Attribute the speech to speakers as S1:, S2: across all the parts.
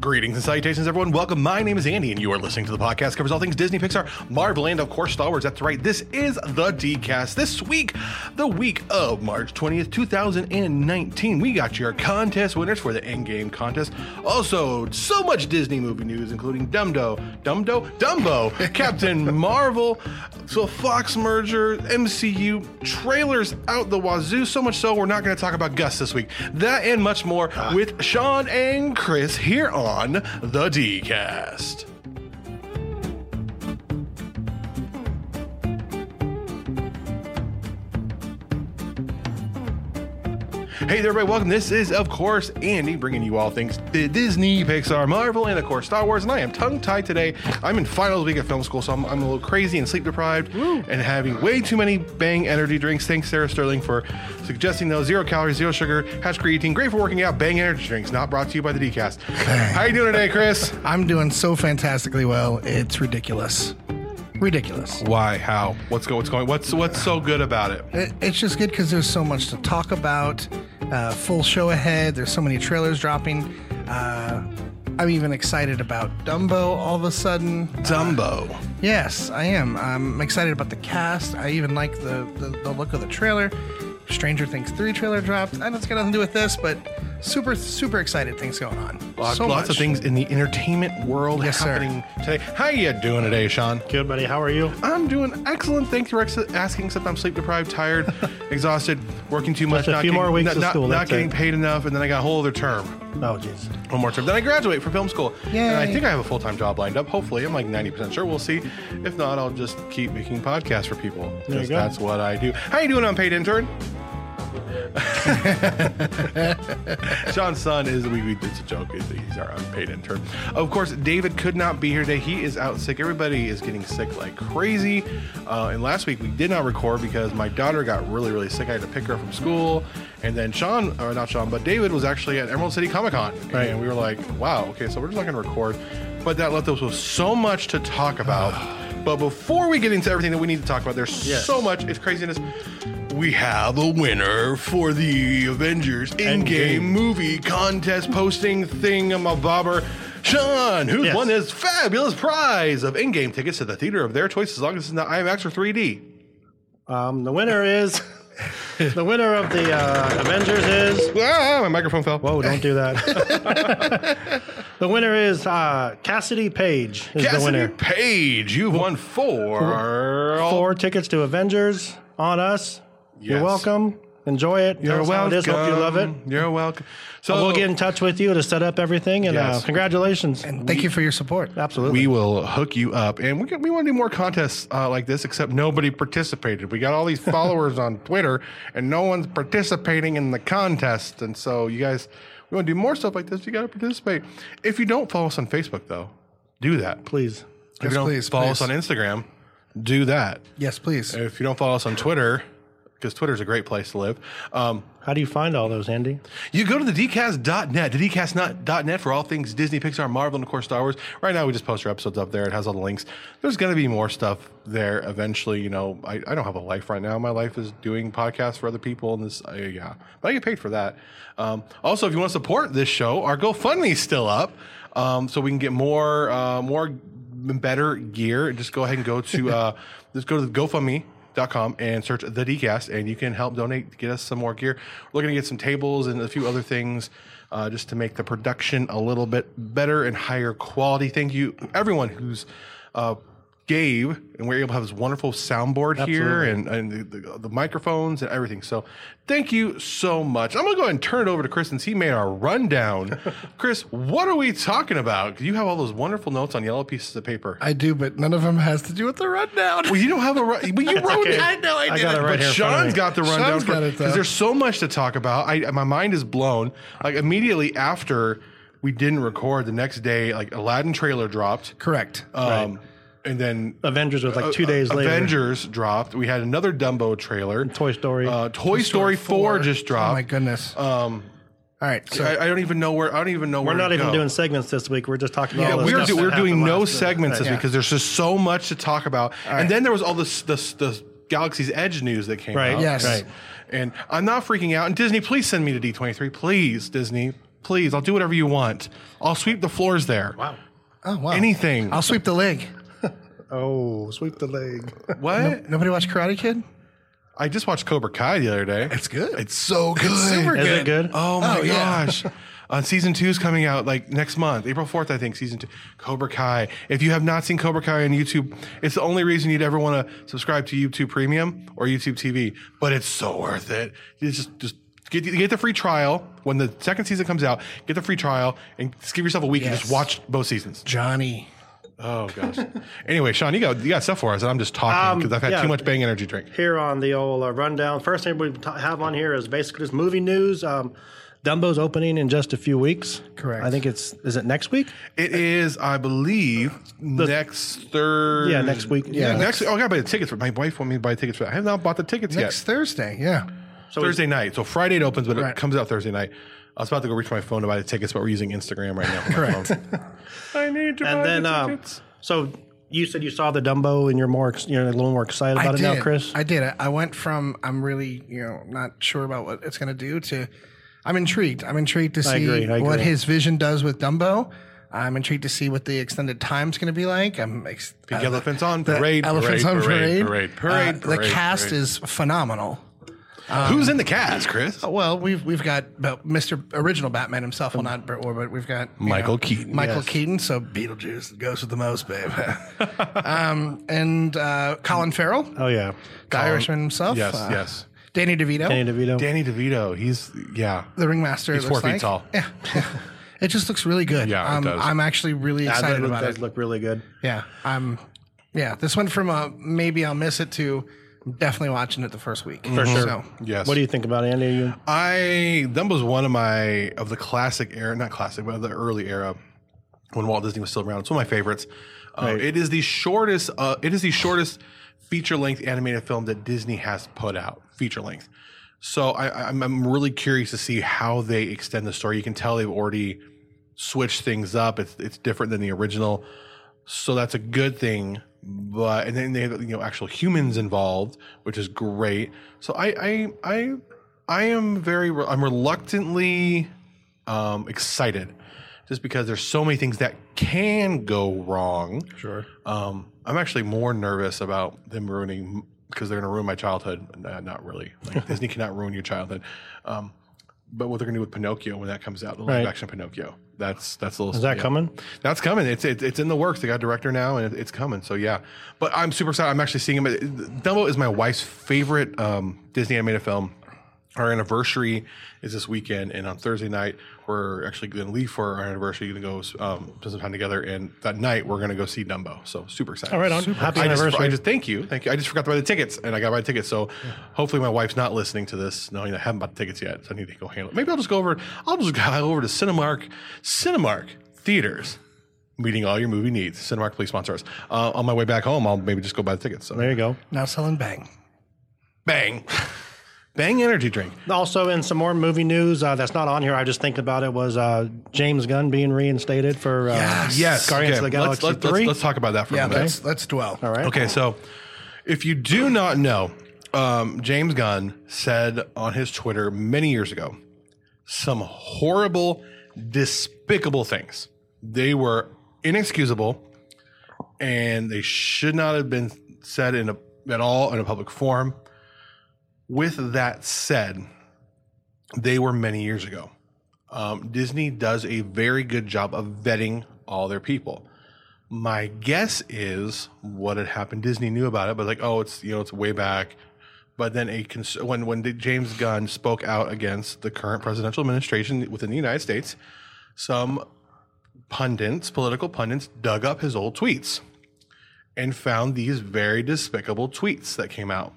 S1: Greetings and salutations, everyone. Welcome. My name is Andy, and you are listening to the podcast covers all things Disney, Pixar, Marvel, and of course Star Wars. That's right. This is the DCast. This week, the week of March 20th, 2019, we got your contest winners for the Endgame contest. Also, so much Disney movie news, including Dumbo, Dumbo, Dumbo, Captain Marvel, so Fox merger, MCU trailers out the wazoo. So much so, we're not going to talk about Gus this week. That and much more with Sean and Chris here on the DCast. Hey there, everybody, welcome. This is, of course, Andy bringing you all things Di- Disney, Pixar, Marvel, and of course, Star Wars. And I am tongue tied today. I'm in finals week of film school, so I'm, I'm a little crazy and sleep deprived and having way too many bang energy drinks. Thanks, Sarah Sterling, for suggesting those zero calories, zero sugar, hatch creatine, great for working out, bang energy drinks. Not brought to you by the DCast. How you doing today, Chris?
S2: I'm doing so fantastically well. It's ridiculous. Ridiculous.
S1: Why? How? What's go? What's going? What's what's so good about it?
S2: It, it's just good because there's so much to talk about. Uh, full show ahead. There's so many trailers dropping. Uh, I'm even excited about Dumbo all of a sudden.
S1: Dumbo.
S2: Yes, I am. I'm excited about the cast. I even like the, the, the look of the trailer. Stranger Things 3 trailer dropped. I know it's got nothing to do with this, but super, super excited things going on.
S1: Lots,
S2: so
S1: lots of
S2: much.
S1: things in the entertainment world
S2: Yes, sir.
S1: happening today. How you doing today, Sean?
S3: Good, buddy. How are you?
S1: I'm doing excellent. Thank you for ex- asking. Except I'm sleep deprived, tired, exhausted, working too much,
S3: a few
S1: getting,
S3: more weeks
S1: not,
S3: of
S1: not-
S3: school,
S1: not
S3: that's
S1: getting
S3: it.
S1: paid enough, and then I got a whole other term,
S3: Oh, jeez.
S1: one more term. Then I graduate from film school, and I
S2: Yay.
S1: think I have a full time job lined up. Hopefully, I'm like 90 percent sure. We'll see. If not, I'll just keep making podcasts for people.
S3: There you
S1: 'cause
S3: go.
S1: That's what I do. How you doing, unpaid intern? Sean's son is we, we it's a joke. He's our unpaid intern. Of course, David could not be here today. He is out sick. Everybody is getting sick like crazy. Uh, and last week we did not record because my daughter got really really sick. I had to pick her up from school, and then Sean or not Sean, but David was actually at Emerald City Comic Con,
S3: Right.
S1: and we were like, wow, okay, so we're just not going to record. But that left us with so much to talk about. But before we get into everything that we need to talk about, there's
S3: Yes.
S1: so much. It's craziness. We have a winner for the Avengers in-game
S3: Endgame.
S1: movie contest posting thing. I'm a bobber. Sean, who's
S3: Yes.
S1: won this fabulous prize of in-game tickets to the theater of their choice, as long as it's not IMAX or 3D.
S3: Um, the winner is the winner of the uh, Avengers is.
S1: Ah, my microphone fell.
S3: Whoa! Don't do that. the winner is uh, Cassidy Page is the
S1: Cassidy
S3: winner.
S1: Page, you've won four.
S3: Four tickets to Avengers on us.
S1: Yes.
S3: You're welcome. Enjoy it.
S1: You're
S3: That's how
S1: welcome.
S3: it is. Hope you love it.
S1: You're welcome. So
S3: We'll get in touch with you to set up everything, and
S1: Yes.
S3: uh, congratulations.
S2: Thank you for your support.
S3: Absolutely.
S1: we will hook you up, and we, can- we want to do more contests uh, like this. Except nobody participated. We got all these followers on Twitter, and no one's participating in the contest. And so, you guys, we want to do more stuff like this. You got to participate. If you don't follow us on Facebook, though, do that.
S3: Please.
S1: If you don't
S2: please,
S1: follow us
S2: please.
S1: on Instagram, do that.
S2: Yes, please.
S1: If you don't follow us on Twitter, because Twitter's a great place to live. Um,
S3: How do you find all those, Andy?
S1: you go to the DCast.net, the DCast.net for all things Disney, Pixar, Marvel, and of course Star Wars. Right now, we just post our episodes up there. It has all the links. There's going to be more stuff there eventually. You know, I, I don't have a life right now. My life is doing podcasts for other people, and this, uh, yeah, but I get paid for that. Um, also, if you want to support this show, our GoFundMe's still up, um, so we can get more uh, more better gear. Just go ahead and go to uh, just go to the GoFundMe dot com and search the DCast and you can help donate get us some more gear. We're looking to get some tables and a few other things uh, just to make the production a little bit better and higher quality. Thank you everyone who's uh, gave and we're able to have this wonderful soundboard here and, and the, the, the microphones and everything. So thank you so much. I'm gonna go ahead and turn it over to Chris since he made our rundown. Chris, what are we talking about? You have all those wonderful notes on yellow pieces of paper.
S2: I do, but none of them has to do with the rundown.
S1: Well, you don't have a run. Well, you wrote
S3: okay.
S1: it.
S3: I know I I
S1: did
S3: got did it
S1: but
S3: it, right here in front of
S1: Sean's
S3: me.
S1: got the rundown
S2: Sean's got it, though.
S1: because there's so much to talk about. I my mind is blown. Like immediately after we didn't record the next day, like Aladdin trailer dropped,
S2: Correct. Uh,
S1: um, and then
S3: Avengers was like two days later.
S1: Uh, Avengers dropped. We had another Dumbo trailer,
S3: Toy Story.
S1: uh, Toy, Story, Four just dropped.
S2: Oh my goodness. Um. All right. So
S1: I, I don't even know where. I don't even know
S3: We're
S1: where.
S3: not
S1: to
S3: even
S1: go.
S3: doing segments this week. We're just talking
S1: Yeah,
S3: about all the
S1: we're,
S3: stuff
S1: do,
S3: that
S1: we're
S3: happened
S1: doing no
S3: last week.
S1: segments this
S2: yeah.
S1: week because there's just so much to talk about. And then there was all this this the Galaxy's Edge news that came
S3: Right,
S1: out.
S2: yes. right.
S1: And I'm not freaking out. And Disney, please send me to D23, please, Disney. Please, I'll do whatever you want. I'll sweep the floors there.
S3: Wow.
S2: Oh wow.
S1: Anything.
S2: I'll sweep the leg.
S3: Oh, sweep the leg.
S1: what?
S2: Nobody watch Karate Kid?
S1: I just watched Cobra Kai the other day.
S2: It's good.
S1: It's so good.
S2: super
S3: Is it good?
S1: Oh my
S2: Oh, yeah.
S1: gosh. Uh, season two is coming out like next month, April 4th, I think. Season two, Cobra Kai. If you have not seen Cobra Kai on YouTube, it's the only reason you'd ever want to subscribe to YouTube Premium or YouTube TV, but it's so worth it. It's just, just get, get the free trial when the second season comes out. Get the free trial and just give yourself a week and
S2: Yes.
S1: just watch both seasons.
S2: Johnny.
S1: Oh gosh. Um, anyway, Sean, you got, you got stuff for us, and I'm just talking because I've had
S3: yeah.
S1: too much Bang Energy drink.
S3: Here on the old uh, rundown, first thing we t- have on here is basically just movie news. Um, Dumbo's opening in just a few weeks.
S2: Correct.
S3: I think it's is it next week?
S1: It is, I believe, next Thursday.
S3: Yeah, next week. Yeah.
S1: next. Oh, I gotta buy the tickets for my wife. Wanted me to buy tickets for that. I have not bought the tickets
S2: Next Thursday, yeah.
S1: yet. Thursday night. So Friday it opens, but it
S2: Right.
S1: comes out Thursday night. I was about to go reach for my phone to buy the tickets, but we're using Instagram right now. For Correct. I need
S2: Uh,
S1: to buy
S3: And then,
S1: the
S3: um,
S1: tickets.
S3: so you said you saw the Dumbo and you're more, ex- you're a little more excited about it now, Chris.
S2: I did. I, I went from I'm really, you know, not sure about what it's going to do to I'm intrigued. I'm intrigued to see
S3: agree, I
S2: what
S3: agree.
S2: his vision does with Dumbo. I'm intrigued to see what the extended time's going to be like. I'm ex-
S1: Pink
S2: uh,
S1: elephants on
S2: the
S1: parade.
S2: elephants
S1: parade,
S2: on parade.
S1: Parade. Parade.
S2: Uh,
S1: parade,
S2: the
S1: parade,
S2: cast
S1: parade.
S2: is um, phenomenal.
S1: Who's in the cast, Chris?
S2: Well, we've we've got uh, Mr. Original Batman himself. Well, not Burt Ward, but we've got you
S1: Michael Keaton.
S2: Michael
S1: Yes.
S2: Keaton. So Beetlejuice goes with the most, babe. um, and uh, Colin Farrell,
S3: Oh yeah,
S2: the Irishman himself.
S1: Yes.
S2: uh,
S1: yes.
S2: Danny DeVito,
S3: Danny DeVito.
S1: Danny DeVito. He's yeah.
S2: the ringmaster.
S1: He's
S2: it
S1: four
S2: looks
S1: feet
S2: like.
S1: tall.
S2: Yeah. It just looks really good.
S1: Yeah, it
S2: um,
S1: does.
S2: I'm actually really
S3: Yeah,
S2: excited
S3: that
S2: about
S3: does
S2: it.
S3: look really good.
S2: Yeah, I'm. Yeah, this went from a maybe I'll miss it to I'm definitely watching it the first week for
S3: sure.
S2: So,
S1: Yes.
S3: What do you think about it, Andy? You,
S1: I Dumbo's one of my of the classic era, not classic, but of the early era when Walt Disney was still around. It's one of my favorites. Uh, It is the shortest. Uh, it is the shortest feature length animated film that Disney has put out. Feature length. So I, I'm, I'm really curious to see how they extend the story. You can tell they've already switched things up. It's it's different than the original, so that's a good thing. But and then they have you know actual humans involved, which is great. So I I I I am very re- I'm reluctantly um, excited, just because there's so many things that can go wrong.
S3: sure.
S1: Um, I'm actually more nervous about them ruining because they're going to ruin my childhood. Nah, not really. Like, Disney cannot ruin your childhood. Um, but what they're going to do with Pinocchio when that comes out, the live
S3: Right.
S1: action Pinocchio. That's that's a little.
S3: Is that
S1: yeah.
S3: coming?
S1: That's coming. It's, it's it's in the works. They got a director now, and it, it's coming. So yeah, but I'm super excited. I'm actually seeing him. Dumbo is my wife's favorite um, Disney animated film. Our anniversary is this weekend, and on Thursday night we're actually going to leave for our anniversary. Going to go um, spend some time together, and that night we're going to go see Dumbo. So super excited!
S3: All right, on. Happy
S1: I just,
S3: anniversary.
S1: I just thank you, thank you. I just forgot to buy the tickets, and I got to buy the tickets. So hopefully my wife's not listening to this, knowing that I haven't bought the tickets yet. So I need to go handle it. Maybe I'll just go over. I'll just go over to Cinemark, Cinemark theaters, meeting all your movie needs. Cinemark, please sponsor us. Uh, on my way back home, I'll maybe just go buy the tickets. So
S3: There you go.
S2: now selling bang.
S1: bang, bang, energy drink.
S3: Also, in some more movie news uh, that's not on here, I just think about it was uh, James Gunn being reinstated for uh,
S2: Yes.
S1: Yes,
S3: Guardians
S1: okay,
S3: of the
S1: let's-
S3: Galaxy
S1: let's, let's,
S3: three.
S1: Let's, talk about that for
S2: Yeah,
S1: a minute.
S2: let's let's dwell.
S3: All right.
S1: Okay, so if you do not know, um, James Gunn said on his Twitter many years ago some horrible, despicable things. They were inexcusable, and they should not have been said in a, at all in a public forum. With that said, they were many years ago. Um, Disney does a very good job of vetting all their people. My guess is what had happened. Disney knew about it, but like, oh, it's you know, it's way back. But then a cons- when when the- James Gunn spoke out against the current presidential administration within the United States, some pundits, political pundits, dug up his old tweets and found these very despicable tweets that came out.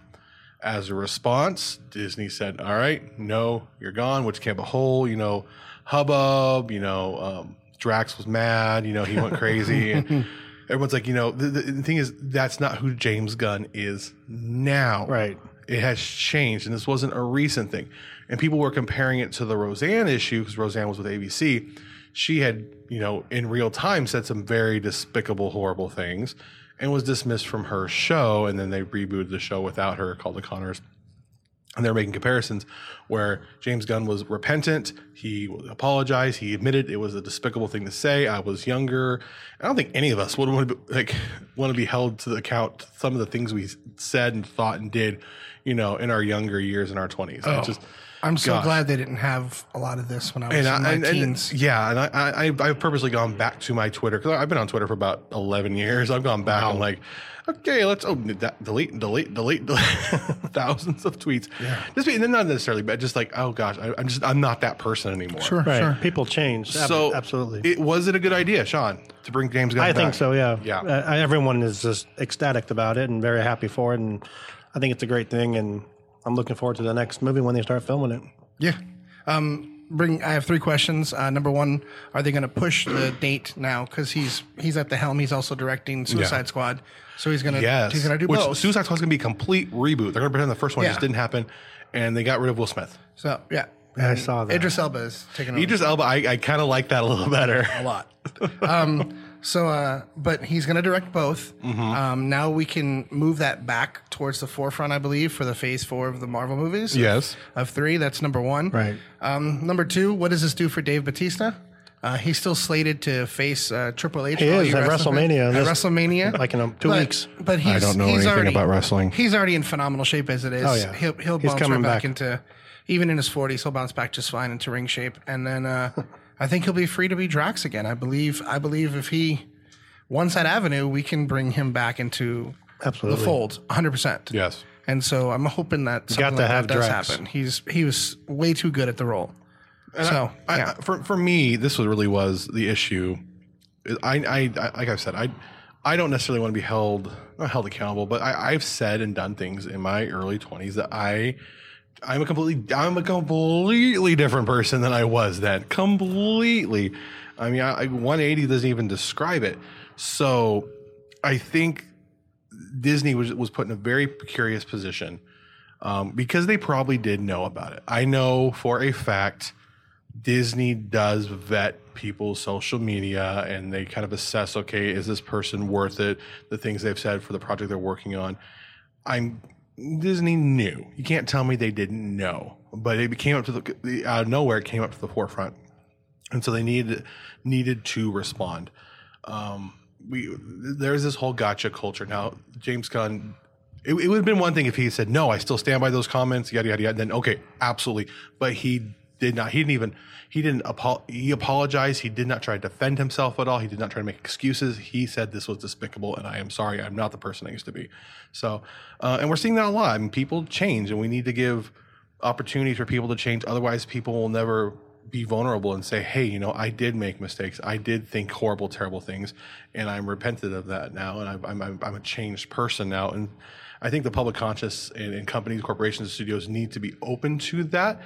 S1: As a response, Disney said, "All right, no, you're gone." Which came up a whole, you know, hubbub. You know, um, Drax was mad. You know, he went crazy, and everyone's like, you know, the, the- the thing is, that's not who James Gunn is now.
S3: Right.
S1: It has changed, and this wasn't a recent thing. And people were comparing it to the Roseanne issue because Roseanne was with ABC. She had, you know, in real time said some very despicable, horrible things and was dismissed from her show. And then they rebooted the show without her called The Connors. and they're making comparisons where James Gunn was repentant. He apologized. He admitted it was a despicable thing to say. I was younger. I don't think any of us would want to be, like want to be held to the account to some of the things we said and thought and did, you know, in our younger years in our twenties. Oh, just
S2: I'm so
S1: Gosh.
S2: glad they didn't have a lot of this when I was
S1: and,
S2: in
S1: I,
S2: my
S1: and, and-
S2: teens.
S1: yeah, and I, I I- I've purposely gone back to my Twitter because I've been on Twitter for about eleven years. I've gone back and like, okay, let's oh d- that, delete delete delete, delete thousands of tweets. Yeah, just be, not necessarily, but just like oh gosh, I, I'm just I'm not that person anymore.
S2: sure,
S3: Right.
S2: sure.
S3: People change. Ab-
S1: So
S3: absolutely.
S1: it was it a good idea, Sean, to bring James Gunn?
S3: I think
S1: back?
S3: so. Yeah.
S1: Yeah.
S3: Uh, everyone is just ecstatic about it and very happy for it, and I think it's a great thing. And I'm looking forward to the next movie when they start filming it.
S2: Yeah. Um, bring. I have three questions. Uh, number one, are they going to push the date now? Because he's he's at the helm. He's also directing Suicide
S1: Yeah.
S2: Squad, so he's going to
S1: Yes,
S2: he's going to do
S1: Which
S2: both.
S1: Suicide Squad's gonna be a complete reboot. They're gonna pretend the first one
S2: Yeah.
S1: just didn't happen, and they got rid of Will Smith.
S2: so yeah,
S3: I saw that.
S2: Idris Elba is taking over.
S1: Idris Elba, I, I kind of like that a little better.
S2: a lot. Um, so, uh, but he's going to direct both.
S3: Mm-hmm.
S2: Um, now we can move that back towards the forefront, I believe, for the phase four of the Marvel movies.
S1: Yes.
S2: Of three. That's number one.
S3: Right.
S2: Um, number two, what does this do for Dave Batista? Uh, he's still slated to face uh, Triple H. He
S3: is at WrestleMania.
S2: At
S3: This-
S2: WrestleMania,
S3: like in, um, two
S2: But-
S3: weeks.
S2: But he's,
S1: don't know
S2: he's
S1: anything
S2: already,
S1: about wrestling.
S2: He's already in phenomenal shape as it is.
S3: Oh, yeah.
S2: He'll he'll
S3: He's
S2: bounce right
S3: coming
S2: back,
S3: back.
S2: into even in his forties. He'll bounce back just fine into ring shape, and then uh, I think he'll be free to be Drax again. I believe. I believe if he wants that avenue, we can bring him back into
S3: Absolutely.
S2: the fold, hundred percent.
S1: Yes.
S2: And so I'm hoping that something
S3: to
S2: like
S3: have
S2: that does
S3: Drax.
S2: happen. He's he was way too good at the role. so
S1: I,
S2: yeah,
S1: I- for for me, this was really was the issue. I, I, I like I've said, I I don't necessarily want to be held not held accountable, but I, I've said and done things in my early twenties that I I'm a completely I'm a completely different person than I was then. Completely. I mean, I, I- 180 doesn't even describe it. So I think Disney was was put in a very precarious position um, because they probably did know about it. I know for a fact Disney does vet people's social media and they kind of assess okay, is this person worth it? The things they've said for the project they're working on. I'm Disney knew. You can't tell me they didn't know, but it came up to the, the out of nowhere. It came up to the forefront, and so they needed needed to respond. Um, we there's this whole gotcha culture now. James Gunn. It, it would have been one thing if he said no. I still stand by those comments. Yada yada yada. Then okay, absolutely. But he did not. He didn't even. He didn't. Apo- he apologized. He did not try to defend himself at all. He did not try to make excuses. He said this was despicable, and I am sorry. I'm not the person I used to be. So, uh, and we're seeing that a lot. I mean, people change, and we need to give opportunities for people to change. Otherwise, people will never be vulnerable and say, "Hey, you know, I did make mistakes. I did think horrible, terrible things, and I'm repentant of that now, and I've, I'm, I'm I'm a changed person now." And I think the public conscious and, and companies, corporations, studios need to be open to that.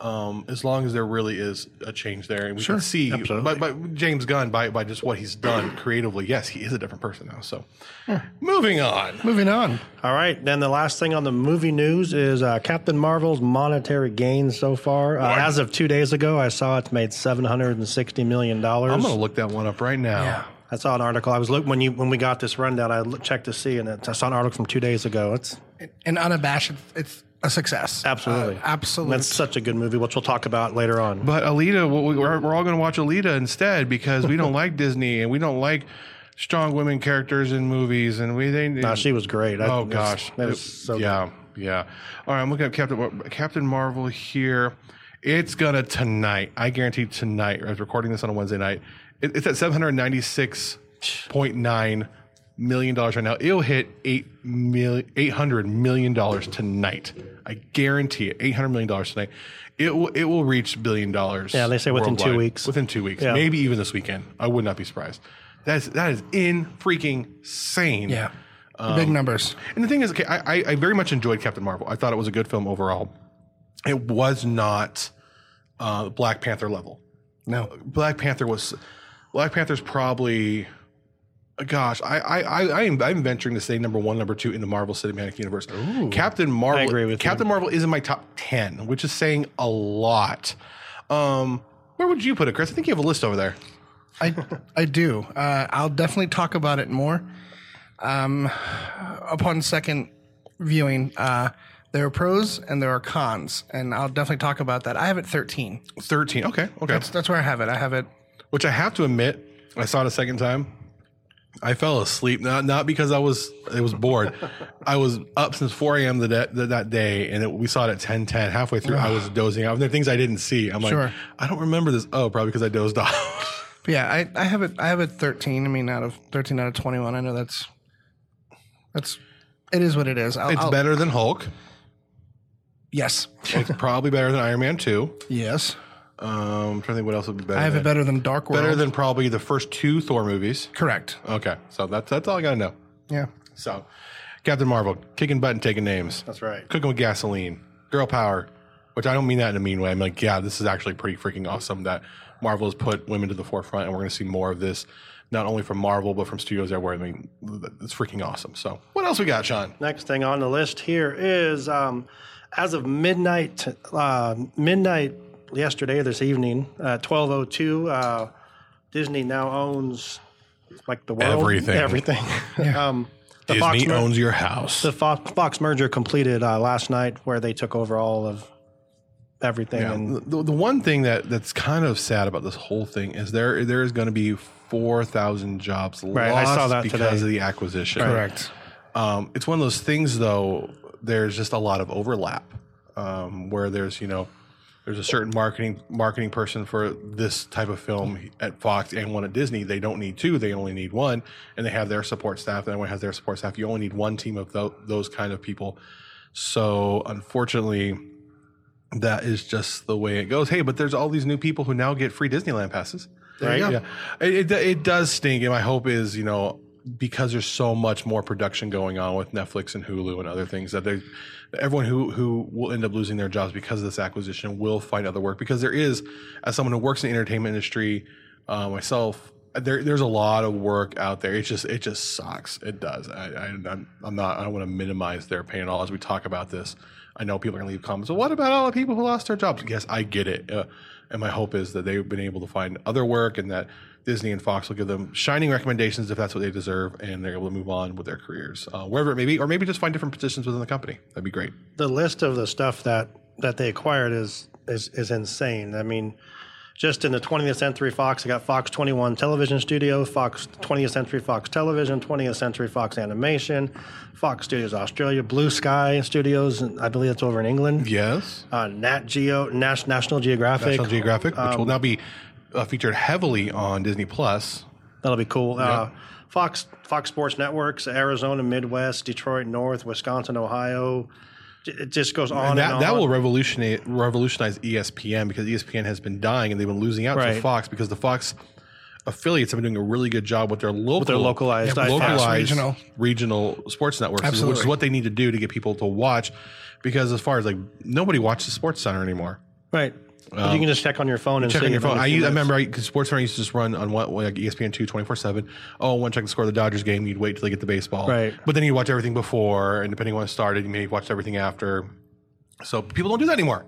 S1: Um, as long as there really is a change there, and we can see by, by James Gunn by by just what he's done creatively. Yes, he is a different person now. So, moving on.
S2: moving on.
S3: All right. Then the last thing on the movie news is uh, Captain Marvel's monetary gain so far. Uh, as of two days ago, I saw it's made seven hundred and sixty million dollars.
S1: I'm gonna look that one up right now.
S3: I saw an article. I was look when you when we got this rundown. I look, checked to see, and it, I saw an article from two days ago.
S1: Uh,
S3: It's
S2: And unabashed, it's, it's a success.
S3: Absolutely.
S2: Uh, absolute.
S3: that's such a good movie, which we'll talk about later on.
S1: But Alita, what we- we're, we're all going to watch Alita instead because we don't like Disney and we don't like strong women characters in movies, and we they.
S3: Uh, she was great. I-
S1: oh
S3: it's-
S1: gosh,
S3: that was so good.
S1: yeah, yeah. All right, I'm looking at Captain Mar- Captain Marvel here. It's gonna tonight. I guarantee tonight. I was recording this on a Wednesday night. It, it's at 796.9 million dollars right now. It'll hit eight million, eight hundred million dollars tonight. I guarantee it. Eight hundred million dollars tonight. It will. It will reach billion dollars.
S3: Yeah, they say within two
S1: worldwide.
S3: weeks.
S1: Within two weeks,
S3: Yeah.
S1: maybe even this weekend. I would not be surprised. That is that is in freaking sane.
S2: yeah.
S3: Um,
S2: Big numbers.
S1: And the thing is, okay, I, I, I very much enjoyed Captain Marvel. I thought it was a good film overall. It was not uh, Black Panther level.
S2: No.
S1: Black Panther was Black Panther's probably gosh, I I I I am I'm venturing to say number one, number two in the Marvel Cinematic Universe. Captain Marvel
S3: I agree with
S1: Captain Marvel is in my top ten, which is saying a lot. Um where would you put it, Chris? I think you have a list over there.
S2: I I do. Uh, I'll definitely talk about it more um, upon second viewing. Uh, There are pros and there are cons, and I'll definitely talk about that. I have it 13.
S1: 13. Okay. Okay.
S2: That's, that's where I have it. I have it.
S1: Which I have to admit, I saw it a second time. I fell asleep. Not not because I was it was bored. I was up since 4 a.m. The, da- the, that day, and it, we saw it at 10 10. Halfway through, I was dozing off. There are things I didn't see. I'm like,
S2: Sure.
S1: I don't remember this. Oh, probably because I dozed off.
S2: But yeah, I, I have it. I have it 13. I mean, out of 13 out of 21. I know that's that's it is what it is. I'll,
S1: it's
S2: I'll-
S1: better than Hulk.
S2: Yes.
S1: It's probably better than Iron Man 2.
S2: Yes.
S1: Um, I'm trying to think what else would be better.
S2: I have it
S1: than-
S2: better than Dark World.
S1: better than probably the first two Thor movies.
S2: correct.
S1: Okay, so that's that's all I gotta know.
S2: Yeah.
S1: So, Captain Marvel, kicking butt and taking names.
S3: That's right.
S1: Cooking with gasoline, girl power, which I don't mean that in a mean way. I'm like, yeah, this is actually pretty freaking awesome that Marvel has put women to the forefront, and we're going to see more of this, not only from Marvel but from studios everywhere. I mean, th- it's freaking awesome. So, what else we got, Sean?
S3: Next thing on the list here is um, as of midnight, uh, midnight yesterday, this evening, uh, 1202, uh, Disney now owns like the world.
S1: Everything.
S3: Everything. um, the
S1: Disney
S3: Fox mer-
S1: owns your house.
S3: the Fox, Fox merger completed uh, last night where they took over all of everything.
S1: Yeah.
S3: And
S1: The, the one thing that that's kind of sad about this whole thing is there there is going to be four thousand jobs
S3: Right, I
S1: lost
S3: saw that
S1: because
S3: today.
S1: of the acquisition.
S2: Correct.
S1: Um, it's one of those things though. There's just a lot of overlap um, where there's you know there's a certain marketing marketing person for this type of film at Fox and one at Disney. They don't need two; they only need one, and they have their support staff. And everyone has their support staff. You only need one team of tho- those kind of people. So unfortunately, that is just the way it goes. Hey, but there's all these new people who now get free Disneyland passes.
S3: Right.
S1: Yeah, it, it it does stink, and my hope is you know because there's so much more production going on with Netflix and Hulu and other things that they everyone who who will end up losing their jobs because of this acquisition will find other work because there is as someone who works in the entertainment industry uh, myself there there's a lot of work out there it just it just sucks it does I, I I'm, I'm not I don't want to minimize their pain at all as we talk about this I know people are gonna leave comments well what about all the people who lost their jobs yes I get it uh, and my hope is that they've been able to find other work and that Disney and Fox will give them shining recommendations if that's what they deserve, and they're able to move on with their careers, uh, wherever it may be, or maybe just find different positions within the company. That'd be great.
S3: the list of the stuff that that they acquired is is is insane. I mean, just in the 20th Century Fox, they got Fox 21 Television Studio, Fox 20th Century Fox Television, 20th Century Fox Animation, Fox Studios Australia, Blue Sky Studios, and I believe that's over in England.
S1: Yes,
S3: Uh, Nat Geo, Nas- National Geographic.
S1: National Geographic, which will now be uh, featured heavily on Disney Plus.
S3: That'll be cool. Uh, Fox Fox Sports Networks, Arizona Midwest, Detroit North, Wisconsin, Ohio. J- It just goes on and,
S1: And that,
S3: on.
S1: that will revolutionize revolutionize E ESPN because ESPN has been dying and they've been losing out to
S3: Right.
S1: Fox because the Fox affiliates have been doing a really good job with their local
S3: their localized Yeah,
S1: localized
S2: Fox
S1: regional
S2: regional.
S1: sports networks, which is
S2: Absolutely.
S1: what they need to do to get people to watch. Because as far as like nobody watches Sports Center anymore.
S3: right. But you can just check on your phone and
S1: Um, check
S3: see
S1: on your
S3: it in
S1: phone.
S3: a
S1: I,
S3: few
S1: used, I
S3: minutes.
S1: remember I, 'cause Sports Center used to just run on what like E ESPN two 24 seven. Oh, one check the score of the Dodgers game. You'd wait till they get the baseball.
S3: Right.
S1: But then you watch everything before, and depending on when it started, you may have watched everything after. So people don't do that anymore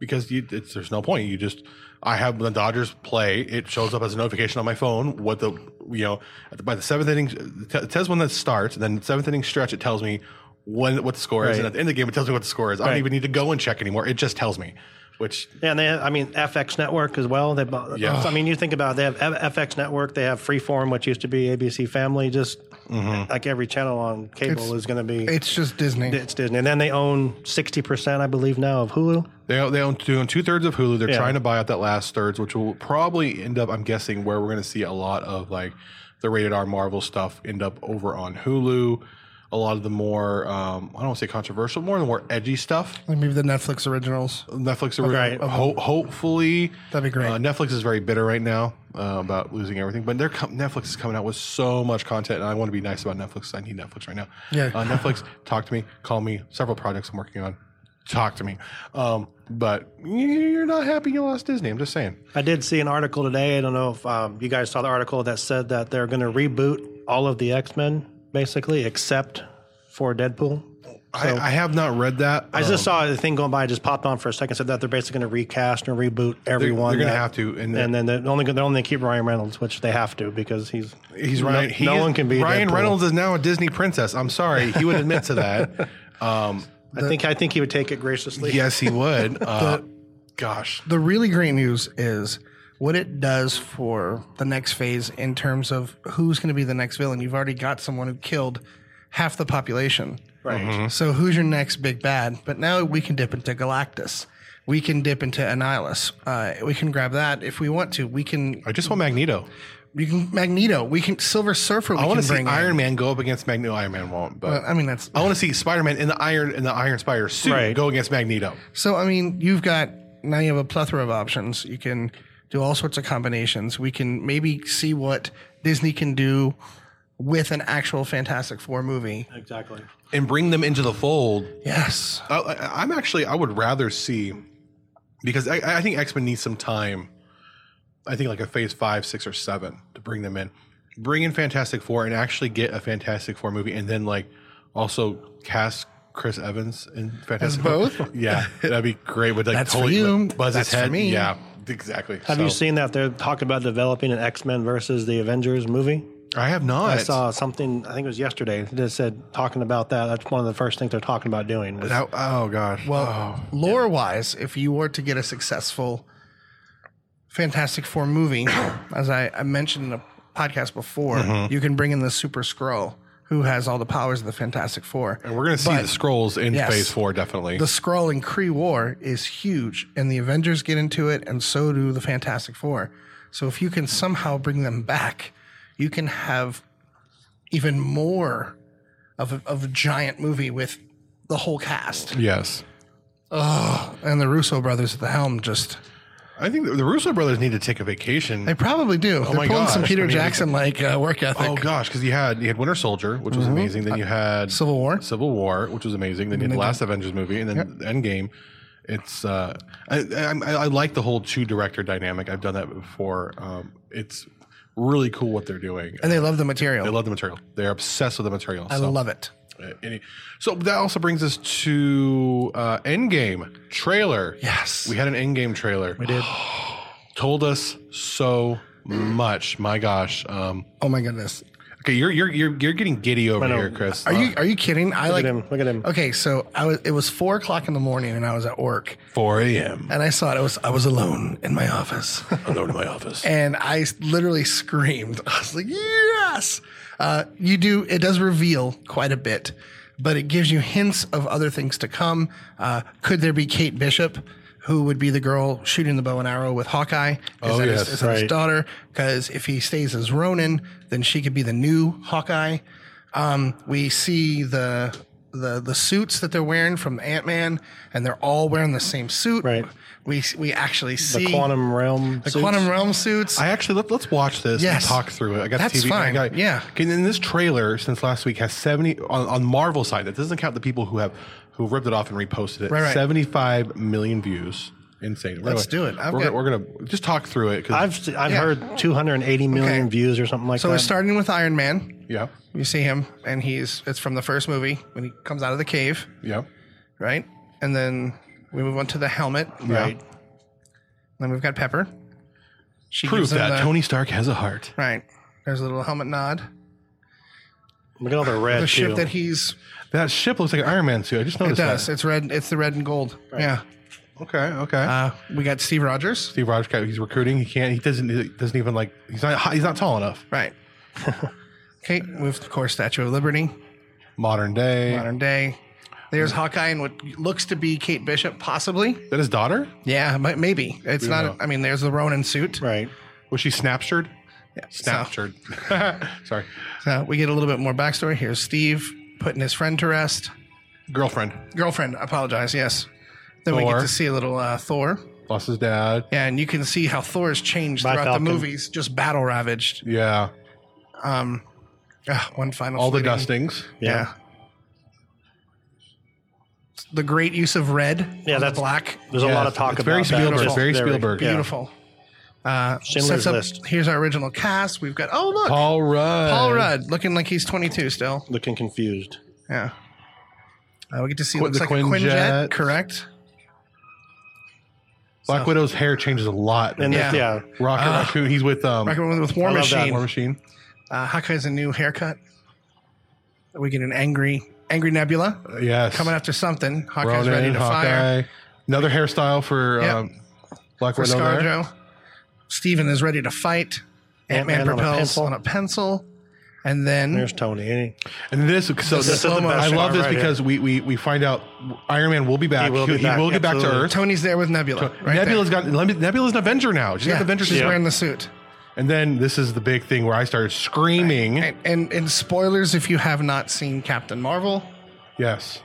S1: because you, it's, there's no point. You just I have the Dodgers play. It shows up as a notification on my phone. What the you know at the- by the seventh inning t- it tells when that starts, and then seventh inning stretch it tells me when what the score is,
S3: Right.
S1: and at the end of the game it tells me what the score is. I don't
S3: Right.
S1: even need to go and check anymore. It just tells me. Which
S3: Yeah, and they have, I mean, FX Network as well. They, bo-
S1: Yeah.
S3: I mean, you think about it, they have F- FX Network, they have Freeform, which used to be ABC Family. Just
S1: Mm-hmm.
S3: like every channel on cable
S2: It's-
S3: is going to be
S2: It's just Disney.
S3: it's Disney, and then they own sixty percent, I believe, now of Hulu.
S1: They own, they own two thirds of Hulu. They're trying to buy out that last thirds, which will probably end up, I'm guessing, where we're going to see a lot of like the rated R Marvel stuff end up over on Hulu. A lot of the more, um, I don't want to say controversial, more the more edgy stuff.
S2: Like maybe the Netflix originals.
S1: Netflix, are
S3: Right.
S1: ho- hopefully,
S2: That'd be great.
S1: Uh, Netflix is very bitter right now uh, about losing everything, but they're com- Netflix is coming out with so much content, and I want to be nice about Netflix. I need Netflix right now.
S2: Yeah.
S1: uh, Netflix, talk to me, call me. Several projects I'm working on. Talk to me. Um, but you're not happy you lost Disney. I'm just saying.
S3: I did see an article today. I don't know if um, you guys saw the article that said that they're going to reboot all of the X Men, basically, except for Deadpool.
S1: I, I have not read that.
S3: I just saw the thing going by. I just popped on for a second. Said that they're basically going to recast and reboot everyone.
S1: they're gonna
S3: that-
S1: have to, and-
S3: and then they're only they're only gonna keep Ryan Reynolds, which they have to because he's
S1: Uh, He's
S3: no-
S1: Ryan.
S3: No,
S1: he is-
S3: one can be
S1: Ryan
S3: Deadpool.
S1: Reynolds is now a Disney princess. I'm sorry, he would admit to that. Um,
S3: I think I think he would take it graciously.
S1: Yes, he would. Uh, gosh,
S2: the really great news is what it does for the next phase in terms of who's going to be the next villain. You've already got someone who killed half the population.
S3: Right.
S1: Mm-hmm.
S2: So who's your next big bad? But now we can dip into Galactus. We can dip into Annihilus. Uh, we can grab that if we want to. We can.
S1: I just want Magneto.
S2: You can Magneto. We can Silver Surfer. We
S1: I want
S2: can
S1: to see
S2: bring
S1: Iron Man go up against Magneto. Iron Man won't, but
S2: In. I mean, that's
S1: I want to see Spider Man in the Iron in the Iron Spider suit
S3: Right.
S1: go against Magneto.
S2: So I mean, you've got now you have a plethora of options. You can do all sorts of combinations. We can maybe see what Disney can do with an actual Fantastic Four movie.
S3: Exactly.
S1: and bring them into the fold.
S2: Yes.
S1: I- I, I'm actually I would rather see because I, I think X Men needs some time. I think like a Phase Five, Six, or Seven to bring them in. Bring in Fantastic Four and actually get a Fantastic Four movie, and then like also cast Chris Evans in Fantastic
S2: both?
S1: Four. Yeah, that'd be great. With like
S2: That's for
S1: totally
S2: you.
S1: buzz
S2: That's
S1: his
S2: for
S1: head.
S2: me.
S1: Yeah, exactly.
S3: Have you seen that they're talking about developing an X Men versus the Avengers movie?
S1: I have not.
S3: I saw something. I think it was yesterday that said talking about that. That's one of the first things they're talking about doing. was-
S1: That- oh gosh.
S2: Well, lore wise, if you were to get a successful Fantastic Four movie, as I, I mentioned in a podcast before,
S1: Mm-hmm.
S2: you can bring in the Super Scroll, who has all the powers of the Fantastic Four.
S1: and we're gonna see
S2: but-
S1: the scrolls in
S2: Yes.
S1: Phase Four definitely.
S2: the Skrull and Kree war is huge, and the Avengers get into it, and so do the Fantastic Four. So if you can somehow bring them back, you can have even more of a, of a giant movie with the whole cast
S1: yes.
S2: and the Russo brothers at the helm. Just
S1: I think the the Russo brothers need to take a vacation.
S2: they probably do. They're
S1: Oh my
S2: pulling some
S1: gosh.
S2: Peter
S1: I mean,
S2: Jackson like uh, work ethic.
S1: Oh gosh, because you had you had Winter Soldier, which was amazing. Then you had
S2: Civil War.
S1: Mm-hmm. Civil War, which was amazing. Then you had the last Avengers movie, and then Endgame. It's uh, I, I, I I like the whole two director dynamic. I've done that before. Um, it's really cool what they're doing.
S2: and they love the material.
S1: I love the material. They're obsessed with the material.
S2: I
S1: so,
S2: love it.
S1: uh, any, so that also brings us to uh, Endgame trailer.
S2: Yes.
S1: we had an Endgame trailer. We did. Told us so much. My gosh. Um,
S2: Oh my goodness.
S1: Okay, you're you're you're, you're getting giddy over
S3: know.
S1: here, Chris.
S2: Are you are you kidding? I
S3: look
S2: like
S3: at him. Look at him.
S2: Okay, so I was it was four o'clock in the morning and I was at work
S1: 4 a.m.
S2: and I saw it. I was I was alone in my office
S1: Alone in my office.
S2: and I s- literally screamed. I was like, yes. Uh, you do. It does reveal quite a bit, but it gives you hints of other things to come. Uh, could there be Kate Bishop? Who would be the girl shooting the bow and arrow with Hawkeye? Is
S1: Oh,
S2: that
S1: yes,
S2: his, is that his
S3: right.
S2: daughter? Because if he stays as Ronin, then she could be the new Hawkeye. Um, we see the the the suits that they're wearing from Ant Man, and they're all wearing the same suit.
S3: Right.
S2: We we actually see
S3: The quantum realm.
S2: the quantum realm suits.
S1: I actually let, let's watch this
S2: Yes.
S1: and talk through it. I got
S2: That's
S1: the TV.
S2: fine,
S1: I got,
S2: yeah.
S1: Okay, and then this trailer since last week has 70 on, on Marvel side. That doesn't count the people who have who ripped it off and reposted it.
S2: Right, right.
S1: 75 million views. Insane.
S2: Let's do it. I've
S1: We're,
S2: got-
S1: gonna, we're gonna just talk through it. 'cause-
S3: I've se- I've
S2: Yeah.
S3: heard 280 million
S2: Okay.
S3: views or something like
S2: So
S3: that.
S2: we're starting with Iron Man.
S1: yeah,
S2: You see him, and he's it's from the first movie when he comes out of the cave,
S1: yeah,
S2: right? And then we move on to the helmet. And
S1: yeah.
S3: Right.
S2: then we've got Pepper. She
S1: Prove
S2: gives him
S1: that
S2: the-
S1: Tony Stark has a heart.
S2: Right. There's a little helmet nod.
S3: Look at all the red
S2: The
S3: too.
S2: ship that he's
S1: That ship looks like an Iron Man suit. I just
S2: it
S1: noticed
S2: does. It's red. It's the red and gold. Yeah.
S1: that. Okay, okay.
S2: Uh, we got Steve Rogers.
S1: Steve Rogers, got- he's recruiting. He can't. He doesn't. He doesn't even like. He's not. He's not tall enough.
S2: Right. okay. We've of course Statue of Liberty.
S1: Modern day.
S2: Modern day. There's Hawkeye and what looks to be Kate Bishop, possibly.
S1: That his daughter?
S2: Yeah, mi- maybe. It's not. I mean, there's the Ronin suit.
S3: right.
S1: Was she snaptured?
S2: So-
S1: Snaptured. Sorry.
S2: So Uh, we get a little bit more backstory. Here's Steve putting his friend to rest.
S1: Girlfriend.
S2: Girlfriend, I apologize. Yes. Then we
S1: Thor.
S2: get to see a little uh, Thor.
S1: Lost his dad.
S2: Yeah, and you can see how Thor has changed
S3: By
S2: throughout
S3: Falcon.
S2: the movies, just battle ravaged.
S1: Yeah.
S2: Um, ah, one final.
S1: All the
S2: fleeting-
S1: dustings.
S2: Yeah. The great use of red.
S3: Yeah,
S2: on the
S3: that's-
S2: black.
S3: There's a
S1: Yes,
S3: lot of talk
S1: it's
S3: about
S1: very
S3: that.
S1: Spielberg.
S3: Just
S1: Very
S3: there we-
S1: Spielberg.
S3: yeah.
S2: Beautiful. Uh,
S3: Schindler's
S2: sets up.
S3: List.
S2: Here's our original cast. We've got oh look, Paul,
S1: Paul Rudd.
S2: Rudd looking like he's 22 still.
S3: Looking confused.
S2: Yeah. Uh, we get to see
S1: Qu-
S2: looks
S1: the
S2: like a
S1: Quinjet.
S2: Quinjet, correct?
S1: Black Widow's hair changes a lot.
S3: And
S1: And
S3: yeah.
S2: Yeah.
S3: yeah.
S1: Rocket Raccoon. He's with um.
S2: Recommend with War
S3: I love that.
S1: War
S2: Machine.
S1: Machine.
S2: Uh, Hawkeye's a new haircut. We get an angry Angry Nebula
S1: Yes.
S2: coming after something. Hawkeye's
S1: Ronin,
S2: ready to fire.
S1: Hawkeye. Another hairstyle for
S2: Yep.
S1: um, Black
S2: for
S1: Widow. there.
S2: ScarJo. Steven is ready to fight. Ant Man
S3: Ant-Man on a
S2: propels
S3: pencil.
S2: on a pencil. And then
S3: There's Tony. and he-
S1: And this, so this-
S3: the
S2: slow-mo.
S1: I
S3: best
S1: love
S3: part
S1: this
S3: right here.
S1: because we, we we find out Iron Man will be back.
S3: He will be back,
S1: get back to
S3: absolutely.
S1: Earth.
S2: Tony's there with Nebula. Right
S1: Nebula's got Lem- Nebula's an Avenger now. She's
S2: there.
S1: got
S2: Yeah,
S1: the Avenger
S2: she's
S1: suit.
S2: wearing the suit.
S1: And then this is the big thing where I started screaming.
S2: And, and and spoilers if you have not seen Captain Marvel.
S1: Yes.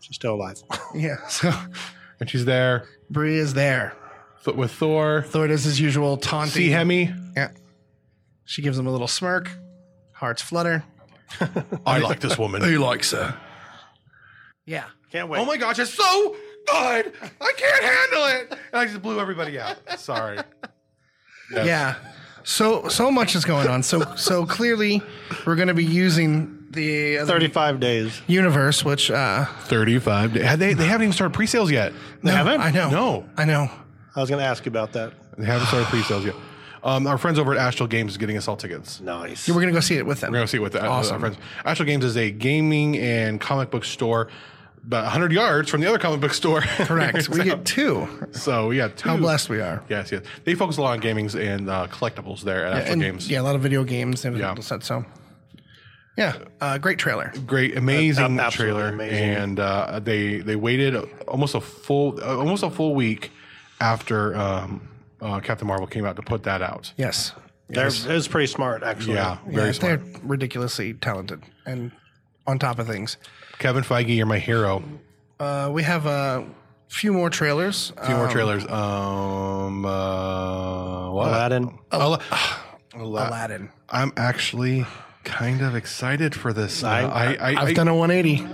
S3: She's still alive.
S2: Yeah, so
S1: And she's there
S2: Bree is there.
S1: th- with Thor.
S2: Thor does his usual taunting.
S1: See Hemi.
S2: Yeah. She gives him a little smirk. Hearts flutter.
S1: I like this woman. He likes her.
S2: Yeah.
S3: Can't wait.
S1: Oh my gosh, it's so good. I can't handle it. And I just blew everybody out. Sorry. Yes.
S2: Yeah. So so much is going on. So so clearly we're going to be using the other
S3: 35 days.
S2: universe, which uh,
S1: 35 days. They, they haven't even started pre sales yet.
S3: They haven't?
S2: I know.
S1: No.
S2: I know.
S3: I was going to ask you about that.
S1: They haven't started pre sales yet. Um, our friends over at Astral Games is getting us all tickets.
S3: Nice.
S2: We're gonna go see it with them.
S1: We're going to see what the,
S2: Awesome.
S1: our friends. Astral Games is a gaming and comic book store about 100 yards from the other comic book store.
S2: Correct. We get two.
S1: so, yeah.
S2: How
S1: two-
S2: blessed we are.
S1: Yes, yes. They focus a lot on gamings and uh, collectibles there at Astral
S2: And,
S1: Games.
S2: Yeah, a lot of video games and
S1: Yeah.
S2: yeah. so. Yeah, uh, great trailer.
S1: great, amazing
S3: Ab- absolutely
S1: trailer,
S3: amazing.
S1: and uh, they they waited almost a full uh, almost a full week after um, uh, Captain Marvel came out to put that out.
S2: Yes.
S3: They're- It was pretty smart, actually.
S1: Yeah, very
S2: Yeah,
S1: smart.
S2: They're ridiculously talented and on top of things.
S1: Kevin Feige, you're my hero.
S2: Uh, we have a few more trailers. Uh,
S1: A few more trailers. Um, uh, what?
S3: Aladdin.
S1: Ala-
S2: Aladdin.
S1: I'm actually kind of excited for this. Uh, I, I, I,
S2: I've done a 180.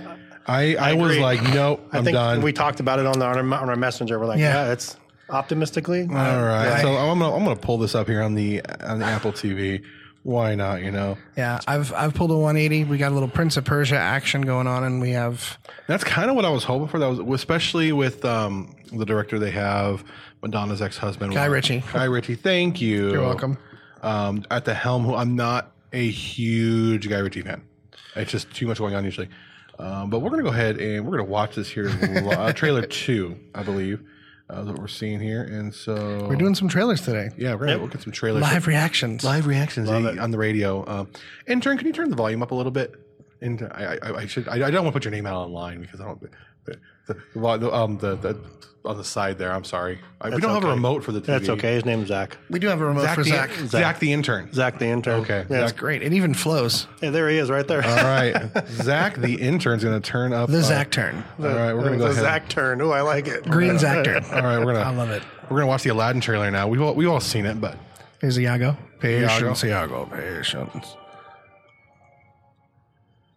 S1: I, I was
S3: agree.
S1: like, no,
S3: I
S1: I'm
S3: think
S1: done.
S3: we talked about it on, the, on, our, on our messenger. We're like,
S2: Yeah.
S3: yeah, it's optimistically.
S1: All right,
S2: I-
S1: so I'm gonna I'm gonna pull this up here on the on the Apple TV. Why not? You know.
S2: Yeah, I've I've pulled a 180. We got a little Prince of Persia action going on, and we have
S1: That's kind of what I was hoping for. That was especially with um, the director they have, Madonna's ex-husband,
S2: Guy Ritchie.
S1: Guy Ritchie, thank you.
S2: You're welcome.
S1: Um, at the helm, who I'm not a huge Guy Ritchie fan. It's just too much going on usually. Um, but we're gonna go ahead and we're gonna watch this here li- uh, trailer two, I believe, uh, is what we're seeing here. And so
S2: we're doing some trailers today.
S1: yeah, we're gonna look at some trailers,
S2: Live reactions.
S1: live reactions eh, on the radio. Uh, intern, can you turn the volume up a little bit? And I, I, I should. I, I don't want to put your name out online because I don't. The, the, the, vol- the, um, the, the on the side there. I'm sorry. I, we
S3: That's
S1: don't have a
S3: okay.
S1: remote for the TV.
S3: That's okay. His name's Zach.
S2: We do have a remote
S1: Zach
S2: for
S1: the,
S2: Zach.
S1: Zach. the intern.
S3: Zach the intern.
S1: Okay.
S3: Yeah.
S1: Zach-
S2: Great. It even flows.
S3: Hey, there he is right there.
S1: All right, Zach the intern's gonna turn up.
S2: The
S1: uh,
S2: Zach turn.
S1: All right, we're gonna
S3: It's
S1: go
S3: a
S1: ahead.
S3: Zach turn. Oh, I like it.
S2: Green Zach turn.
S1: All right, we're gonna.
S2: I love it.
S1: We're gonna watch the Aladdin trailer now. We've all, we've all seen it, but
S2: Here's Iago.
S1: Patience,
S2: Iago. Patience.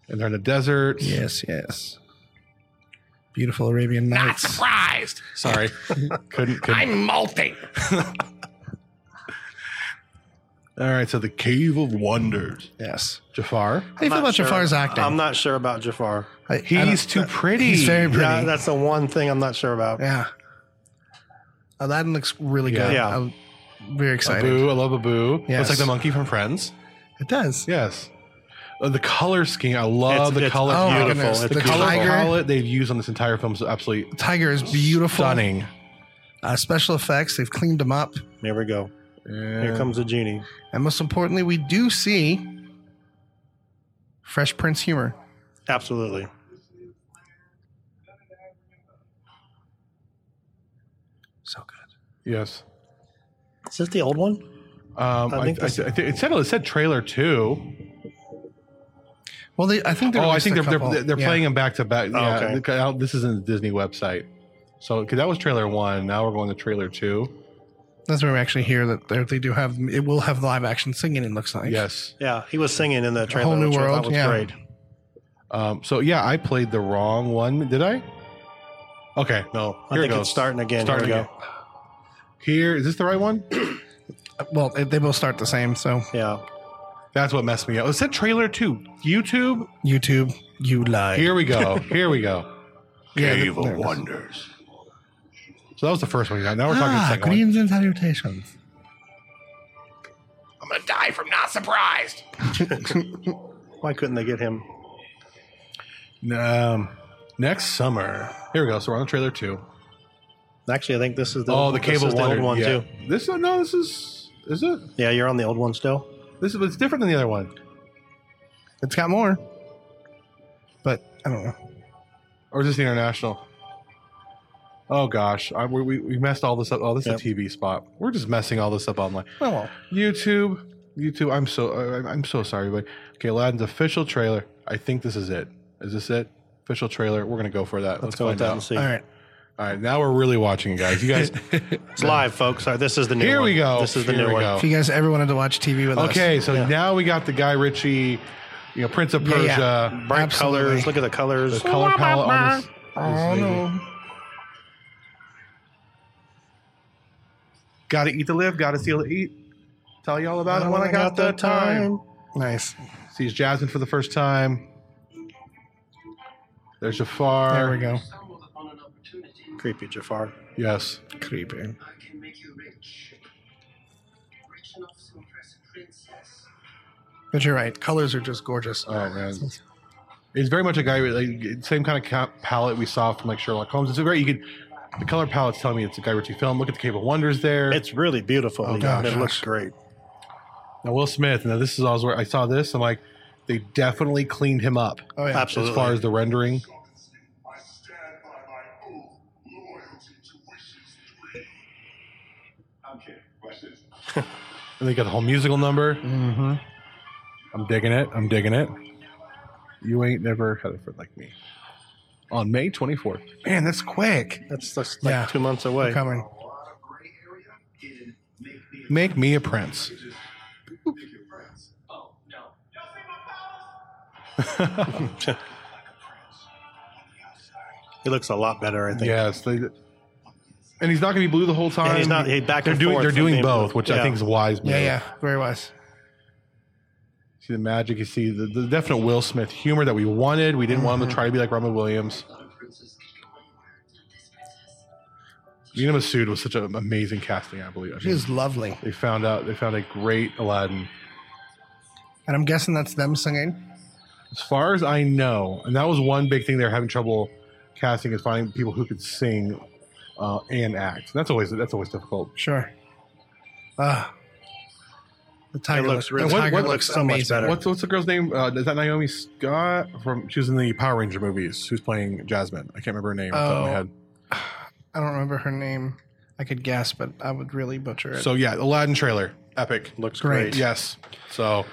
S1: and they're in the desert.
S2: Yes, yes. Beautiful Arabian Nights.
S4: surprised.
S1: Sorry, couldn't. couldn't.
S4: I'm molting.
S1: All right, so the Cave of Wonders.
S2: Yes. How
S1: Jafar.
S2: do you feel
S3: I'm
S2: about
S3: not sure.
S2: Jafar's acting?
S3: I'm not sure about Jafar.
S2: I- I
S1: He's
S2: don't-
S1: too pretty.
S2: He's very pretty.
S3: Yeah,
S2: Yeah,
S3: that's the one thing I'm not sure about.
S2: Aladdin looks really good.
S3: Yeah.
S2: I'm very excited.
S1: Boo, I love a boo.
S2: Yes.
S1: Looks like the monkey from Friends.
S2: It does.
S1: Yes. Uh, the color scheme, I love
S3: It's-
S1: the
S3: it's
S1: color.
S2: Oh my
S1: palette.
S3: beautiful.
S2: goodness.
S3: It's
S1: The
S2: the
S1: color
S2: tiger,
S1: palette they've used on this entire film is absolutely
S2: tiger is beautiful.
S1: stunning.
S2: Uh, special effects, they've cleaned them up.
S3: Here we go. Here
S1: And
S3: comes the genie.
S2: And most importantly, we do see Fresh Prince humor.
S3: Absolutely.
S2: So good.
S1: yes,
S3: Is this the old one?
S1: um,
S3: I
S1: I,
S3: think
S1: I,
S3: this-
S1: I thi- it said it said trailer two.
S2: Well, they, I think they're.
S1: Oh, I think they're they're, they're
S2: yeah.
S1: playing them back to back. Yeah,
S3: okay.
S1: look out, this is in the Disney website. So, because that was trailer one, now we're going to trailer two.
S2: That's where we actually hear that they're- they do have. It will have live action singing. It looks like.
S1: Yes.
S3: Yeah, he was singing in the trailer.
S2: Whole New
S3: which I thought
S2: World,
S3: was
S2: yeah.
S3: great.
S1: Um, so yeah, I played the wrong one. Did I? Okay. No.
S3: I
S1: Here it
S3: think
S1: goes.
S3: it's starting again.
S1: Starting
S3: Here we
S1: again. Here is this the right one?
S2: Well, it, they both start the same. So
S3: go. Yeah.
S1: That's what messed me up. It said trailer two. YouTube.
S2: YouTube, you lie.
S1: Here we go. Here we go.
S2: Yeah, th- there it is.
S1: Wonders. So that was the first one. we got. Now we're talking the
S2: ah,
S1: second one.
S2: greens and salutations.
S4: I'm gonna die from not surprised.
S3: Why couldn't they get him?
S1: Um, next summer. Here we go. So we're on the trailer too.
S3: Actually, I think this is the
S1: Oh, the
S3: this is
S1: cable
S3: the old
S1: Wonder-
S3: one
S1: yeah.
S3: too.
S1: This no, this is is it?
S3: Yeah, you're on the old one still.
S1: This is it's different than the other one.
S2: It's got more, but I don't know.
S1: Or is this the international? Oh gosh, I, we, we- we messed all this up. Oh, this
S3: Yep.
S1: is a TV spot. We're just messing all this up online.
S2: Oh well.
S1: YouTube, YouTube. I'm so I- I'm so sorry, but okay, Aladdin's official trailer. I think this is it. Is this it? Official trailer. We're gonna go for that.
S3: Let's
S1: Let's,
S3: go
S1: find
S3: with that
S1: out.
S3: and see.
S2: All right.
S1: All right, now we're really watching it, guys. You guys,
S3: It's live, folks. All right, this is the new
S1: Here
S3: one.
S1: we go.
S3: This is the
S1: Here
S3: new
S1: we
S3: one.
S1: go.
S2: If you guys ever wanted to watch TV with us,
S1: okay. So
S3: Yeah.
S1: now we got the Guy Ritchie, you know, Prince of
S2: Yeah,
S1: Persia.
S2: yeah.
S3: Bright
S2: Absolutely.
S3: colors. Look at the colors.
S1: The color palette on this.
S2: Oh
S1: is-
S2: no.
S1: Gotta eat to live, gotta steal to eat. Tell you all about it when I got, the time.
S2: Nice.
S1: Sees Jasmine for the first time. There's Jafar.
S2: There we go.
S4: stumbled upon an opportunity.
S3: Creepy Jafar.
S1: Yes.
S2: Creepy.
S4: I can make you rich. Rich enough to impress a princess.
S2: But you're right. Colors are just gorgeous.
S1: Oh man. It's very much a guy like same kind of ca- palette we saw from like Sherlock Holmes. It's a very you could the color palette's telling me it's a Guy Ritchie film. Look at the Cave of Wonders there.
S3: It's really beautiful.
S1: Oh,
S3: Leon.
S1: gosh.
S3: it looks great.
S1: now Will Smith. Now this is also where I saw this. I'm like, they definitely cleaned him up
S2: Oh yeah.
S3: Absolutely.
S1: as far as the rendering.
S5: I stand by my oath, loyalty to wishes three. I'm kidding. Watch this.
S1: And they got the whole musical number.
S2: Mm-hmm.
S1: I'm digging it. I'm digging it. You ain't never had a friend like me. On May 24th. Man, that's quick.
S3: That's just like
S2: Yeah.
S3: two months away.
S2: Coming.
S5: A lot of gray area in make me
S1: Make me a prince.
S5: just make your friends.
S4: Oh, no.
S3: He looks a lot better, I think.
S1: yes. They, and he's not going to be blue the whole time.
S3: And he's not he back
S1: they're
S3: and
S1: doing
S3: forth
S1: they're
S3: from
S1: doing
S3: being-
S1: both, which I
S3: yeah.
S1: think is wise.
S2: Yeah,
S1: move.
S2: yeah. Very wise.
S1: See the magic. You see the, the definite Will Smith humor that we wanted. We didn't
S2: Mm-hmm.
S1: want him to try to be like Robin Williams.
S4: Not a princess could go anywhere. Not this princess.
S1: Nina Masood was such an amazing casting. I believe. I
S2: She
S1: mean,
S2: is lovely.
S1: they found out. They found a great Aladdin.
S2: And I'm guessing that's them singing.
S1: As far as I know, and that was one big thing they were having trouble casting is finding people who could sing uh, and act. That's always that's always difficult.
S2: Sure. Ah. The tiger looks,
S3: looks really-
S2: the
S1: what-
S2: tiger
S1: what-
S2: looks
S3: so much
S2: amazing.
S3: better.
S1: What's what's the girl's name? Uh, is that Naomi Scott from? She was in the Power Ranger movies. Who's playing Jasmine? I can't remember her name off the top of my
S2: Oh,
S1: head.
S2: I don't remember her name. I could guess, but I would really butcher it.
S1: So yeah, Aladdin trailer, epic.
S3: looks
S2: Great.
S3: great.
S1: Yes. So